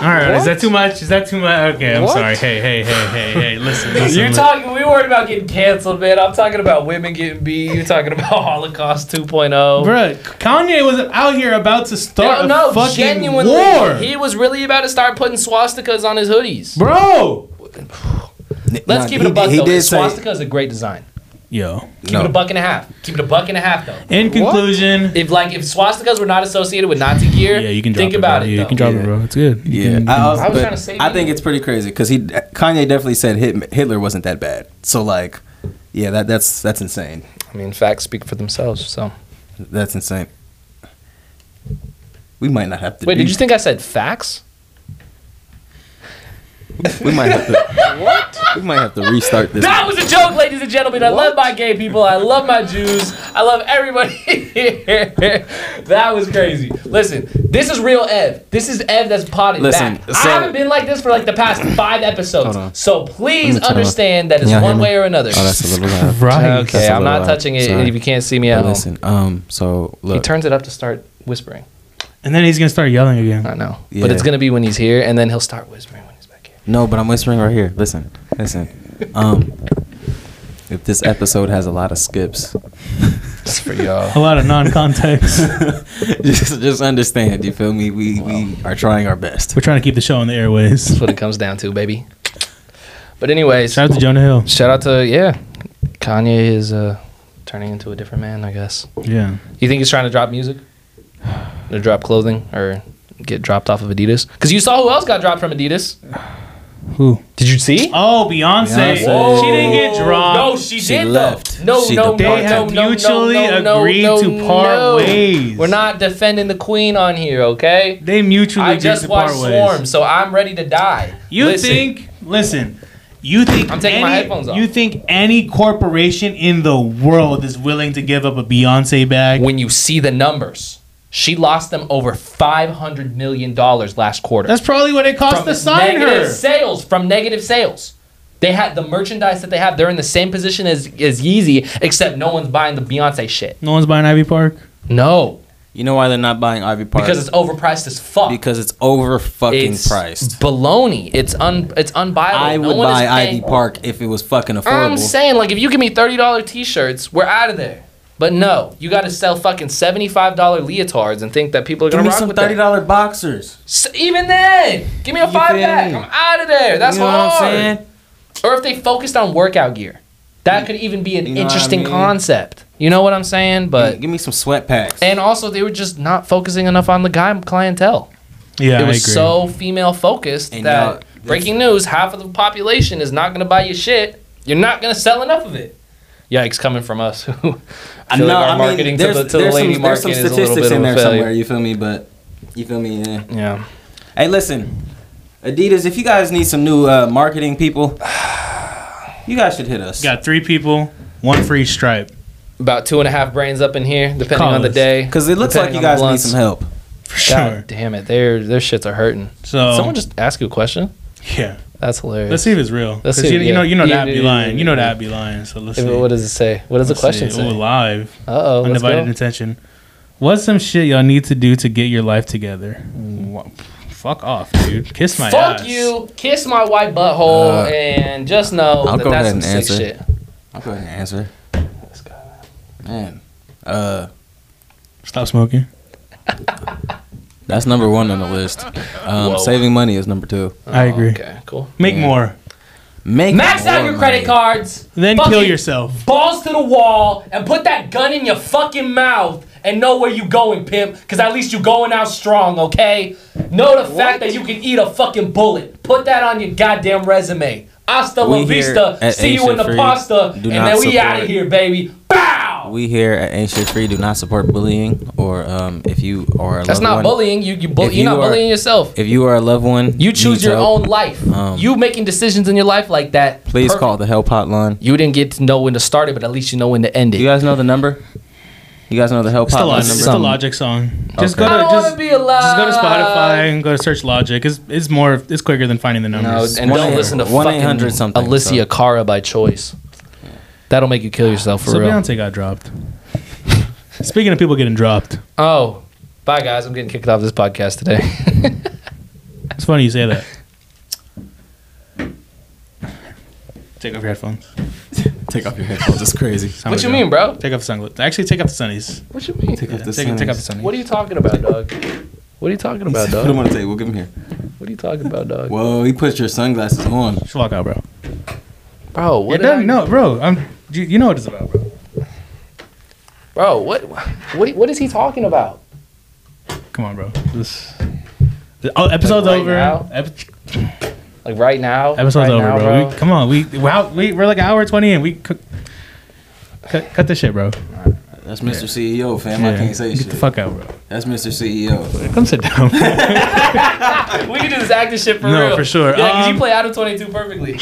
All right, is that too much? Is that too much? Okay, I'm
What?
sorry. Hey, hey, hey, hey, hey, listen, listen.
You're
li-
talking. We worried about getting canceled, man. I'm talking about women getting beat. You're talking about Holocaust 2.0.
Bruh, Kanye was out here about to start
no,
a
no,
fucking
genuinely,
war.
he was really about to start putting swastikas on his hoodies.
Bro!
Let's
Nah,
keep it a
he-
buck
he
though.
did
The
say-
swastika is a great design.
Yo.
Keep it a buck and a half. Keep it a buck and a half though.
In conclusion,
If like if swastikas were not associated with Nazi gear,
yeah, you can drop
think
it,
about
bro.
it.
Yeah, you
though.
can drop it, bro. It's good. You
Yeah,
can-
I, was,
I was
but
trying to save
I
you.
think it's pretty crazy because he Kanye definitely said Hit- Hitler wasn't that bad. So like, yeah, that that's that's insane.
I mean, facts speak for themselves. So
That's insane. We might not have to.
wait,
do,
did you think I said facts?
we might have to? what? We might have to restart this.
That was a joke, ladies and gentlemen. I love my gay people. I love my Jews. I love everybody here. that was crazy. Listen, this is real Ev. This is Ev that's potted
Listen,
back. I
so-
haven't been like this for like the past five episodes.
Hold on.
So
Let
please
me turn it
understand that it's
Y'all hear
one
me?
way or another.
Oh, that's a little loud.
Right.
okay,
that's a
I'm
little
not
loud.
touching it
Sorry.
if you can't see me
But
at home.
Listen, um, so
He
look,
turns it up to start whispering.
And then he's going to start yelling again.
I know.
Yeah.
But it's going to be when he's here, and then he'll start whispering when he's back here.
no, but I'm whispering right here. Listen, listen. Um, if this episode has a lot of skips,
It's for y'all.
A lot of non context.
just just understand. You feel me? We we are trying our best.
We're trying to keep the show on the airways.
That's what it comes down to, baby. But anyways,
Shout out to Jonah Hill.
Shout out to yeah, Kanye is uh, turning into a different man, I guess.
Yeah.
You think he's trying to drop music, to drop clothing, or get dropped off of Adidas? Because you saw who else got dropped from Adidas.
Who?
Did you see?
Oh, Beyonce.
Beyonce.
Oh.
She didn't get dropped.
No, she,
She
did
left.
Though. No,
She
no, no,
departed.
They
no,
have
no, no,
mutually
no, no,
agreed
no,
to part
no.
ways.
We're not defending the queen on here, okay?
They mutually
I
agreed
just
to part
watched
ways.
Swarm, so I'm ready to die.
You
Listen,
think? Listen. You think
I'm taking
any,
my headphones off.
You think any corporation in the world is willing to give up a Beyonce bag?
when you see the numbers, she lost them over five hundred million dollars last quarter.
That's probably what it cost to sign
negative
her.
sales from negative sales. They had the merchandise that they have. They're in the same position as as Yeezy, except no one's buying the Beyonce shit.
No one's buying Ivy Park.
No,
You know why they're not buying Ivy Park?
because it's overpriced as fuck.
because it's over fucking
it's
priced.
baloney. It's un it's unbuyable.
I
No
would
one is
buy
paying-
Ivy Park if it was fucking
I'm
affordable.
saying like if you give me thirty dollar t shirts, we're out of there. But no, you got to sell fucking seventy five dollar leotards and think that people are
Give me
gonna rock
some
with that.
thirty dollar boxers.
So even then, give me a five
feel
pack.
me?
I'm out of there. That's
you know
hard.
what I'm saying?
Or if they focused on workout gear, that could even be an
You know what I
interesting
mean?
concept. You know what I'm saying?
But
But
give me some sweat packs.
and also they were just not focusing enough on the guy clientele.
Yeah,
it was so female focused
And now-
that
that's-
breaking news: half of the population is not going to buy your shit. You're not going to sell enough of it. Yikes, coming from us. I feel like our marketing to the, to the lady market is a little bit of a failure.
You feel me? But you feel me? Yeah.
Yeah.
Hey, listen, Adidas. If you guys need some new uh, marketing people, you guys should hit us.
Got three people, one for each stripe.
about two and a half brains up in here, depending on the
Colors.
day.
Because it looks like
depending
you
on
guys
the
need
blunts.
some help.
for
God
sure.
damn it, their their shits are hurting.
So
Someone just ask you a question.
yeah,
That's hilarious.
let's see if it's real.
Let's
'Cause
see,
You, you
yeah.
know, you know
Yeah,
that
yeah,
be
yeah,
lying.
yeah,
You know
yeah.
that be lying. So let's
If-
see.
what does it say? What does the
Let's
question
see.
say?
Ooh, live.
Uh oh, let's
Undivided
go.
attention. What's some shit y'all need to do to get your life together? Wha- Fuck off, dude. Kiss my ass.
Fuck you, kiss my white butthole,
Uh,
and just know
I'll
that
go
that's
ahead
some
and
sick
answer.
shit.
I'll go ahead and answer.
Let's go.
Man, uh,
Stop smoking.
that's number one on the list.
Whoa.
Um, saving money is number two.
I agree.
Oh, Okay, cool.
Make more.
Make
Max out
more
your credit
money.
cards.
Then
Fuck
kill
it.
yourself.
balls to the wall and put that gun in your fucking mouth and know where you going, pimp. Cause at least you going out strong, okay? Know the fact that you can eat a fucking bullet. Put that on your goddamn resume. Hasta la
We here
vista.
at
See you in
Ancient
the
Free
pasta, and
do not
then we
support-
out of here, baby. Bow.
We here at Ancient Free do not support bullying, or um, if you are a
That's
loved
not
one-
bullying. You you
If
bully,
you
you're not
are-
bullying yourself.
If you are a loved one,
You choose
needs
your
help,
own life.
Um,
you making decisions in your life like that.
Please
Perfect.
call the help hotline.
You didn't get to know when to start it, but at least you know when to end it.
You guys know the number. You guys know the help
It's the,
hotline
logic,
number.
it's the
Some-
logic song. Just
Okay.
go to
I don't want
just,
to be alive.
just go to Spotify and go to search logic. It's, it's more it's quicker than finding the
No,
numbers.
and
One
don't
eight-
listen to
one
fucking
eight hundred something,
Alicia
so.
Cara by choice. That'll make you kill yourself for
so
real.
Beyonce got dropped. Speaking of people getting dropped,
Oh, bye guys. I'm getting kicked off this podcast today.
it's funny you say that. Take off your headphones.
Take off your headphones. It's crazy.
what you mean, bro?
Take off the sunglasses. Actually, take off the sunnies.
What you mean?
Take off the
Take, take off the
sunnies.
sunnies.
What are you talking about, dog? What are you talking about,
Put them
dog?
on the table. Give them here.
What are you talking about, dog?
Whoa, he put your sunglasses on.
Just walk out, bro.
Bro, what
It
did I,
doesn't. No, bro. I'm. You, you know what it's about, bro.
Bro, what, what what is he talking about?
Come on, bro. This. Oh, episode's
Like right now?
over. Ep-
Like right now?
episode's
right
over,
now,
bro. We, come on, we wow, we we're like an hour twenty in. We cook, cut cut this shit, bro.
That's Mr. CEO, fam. I
Yeah.
can't say
Get
shit.
the fuck out, bro.
That's E Mr. CEO.
Come sit down.
We can do this acting shit for
No,
real.
for sure.
Yeah, 'cause you
Um,
play out of 22 perfectly.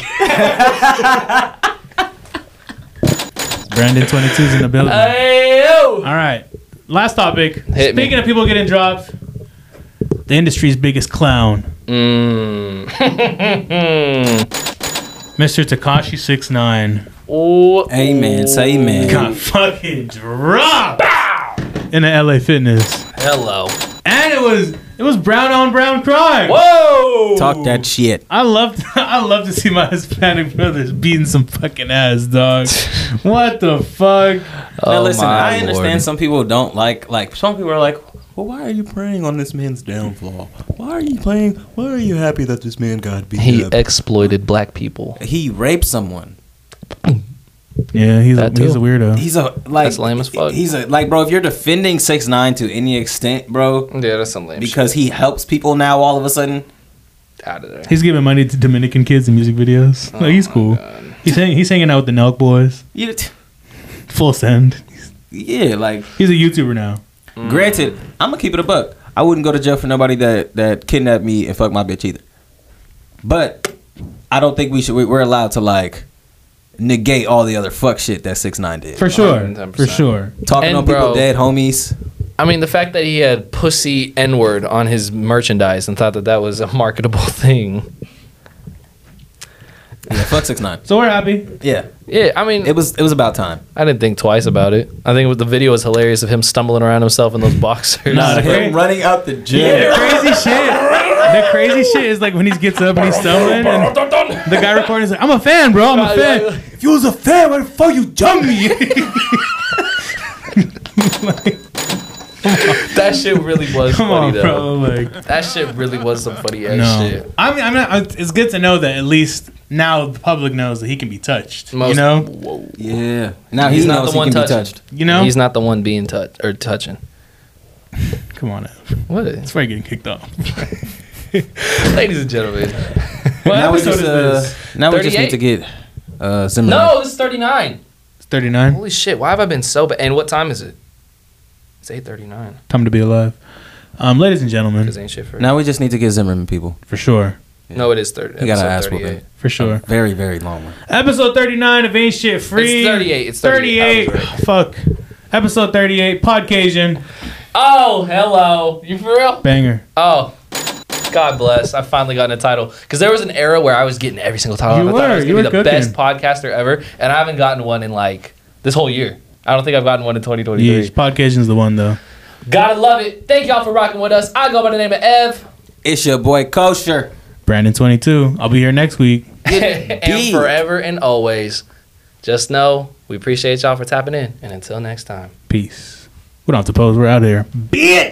Brandon 22's in the building.
Ayo!
All right, last topic.
Hit me.
Speaking of people getting dropped, the industry's biggest clown,
Mm.
Mr. Takashi 69
Ooh.
Amen. Say amen.
got fucking dropped in the LA Fitness,
Hello.
and it was it was brown on brown crime. Oh!
Whoa!
Talk that shit.
I love I love to see my Hispanic brothers beating some fucking ass, dog. what the fuck?
now listen,
Oh my
I understand
Lord.
some people don't like like some people are like, well, why are you praying on this man's downfall? Why are you playing? Why are you happy that this man got beat
He
up?
exploited black people.
he raped someone.
Yeah, he's a,
That
he's a
too.
weirdo.
He's a like
That's lame as fuck.
He's a like bro. If you're defending six nine to any extent, bro,
Yeah, that's some lame
because he helps people now all of a sudden.
out of there.
He's giving money to Dominican kids in music videos. like he's cool. He's hang, he's hanging out with the Nelk boys.
You,
Full send.
yeah, like
He's a YouTuber now.
Hmm.
granted, I'm gonna keep it a buck. I wouldn't go to jail for nobody that that kidnapped me and fucked my bitch either. But I don't think we should. We, we're allowed to like negate all the other fuck shit that six nine did.
For sure.
110%.
For sure.
Talking
And
on people
bro-
dead homies.
I mean, the fact that he had pussy N word on his merchandise and thought that that was a marketable thing.
Yeah, fuck six nine.
So we're happy.
Yeah,
Yeah, I mean,
it was it was about time.
I didn't think twice about it. I think with the video was hilarious of him stumbling around himself in those boxers.
Nah,
Him
Great.
running out the
The
jail.
crazy shit. The crazy shit is like when he gets up and he's stumbling and the guy recording is like, I'm a fan, bro. I'm a fan.
If you was a fan, why the fuck you jumped me?
that shit really was
Come
funny
on,
though.
bro. Like
That shit really was some funny ass
No,
shit.
I mean, I'm not, uh, it's good to know that at least now the public knows that he can be touched. you
Most-
know,
Whoa.
yeah. Now he's not the one can be
touching.
touched.
you know.
He's not the one being touched or touching.
Come on, now.
What?
that's why you're getting kicked off.
Ladies and gentlemen.
What
Now we
episode
just
is
uh,
this?
now we just need to
38?
get uh Zimmerman.
No, this is 39.
It's 39.
Holy shit, why have I been so bad? And what time is it? It's 8.39.
Time to be alive, um, ladies and gentlemen,
Because ain't shit for
Now we just need to get Zimmerman people.
for sure.
No, it is thirty.
You got an
episode
ass whooping.
38.
for sure.
Very, very long one.
Episode 39 of Ain't Shit Free.
It's 38, it's 38.
38. Fuck. Episode 38, Podcation.
Oh, hello. You for real?
Banger.
Oh, God bless. I finally got a title because there was an era where I was getting every single title.
You
I thought I was
were, you
gonna
were
be the best
cooking.
podcaster ever, and I haven't gotten one in like this whole year. I don't think I've gotten one in 2023.
Yeah, Podcation's the one, though.
Gotta love it. Thank y'all for rocking with us. I go by the name of Ev.
It's your boy Kosher.
Brandon22. I'll be here next week.
and forever and always, just know we appreciate y'all for tapping in. And until next time.
Peace. We don't have to pose. We're out of here.
Bitch!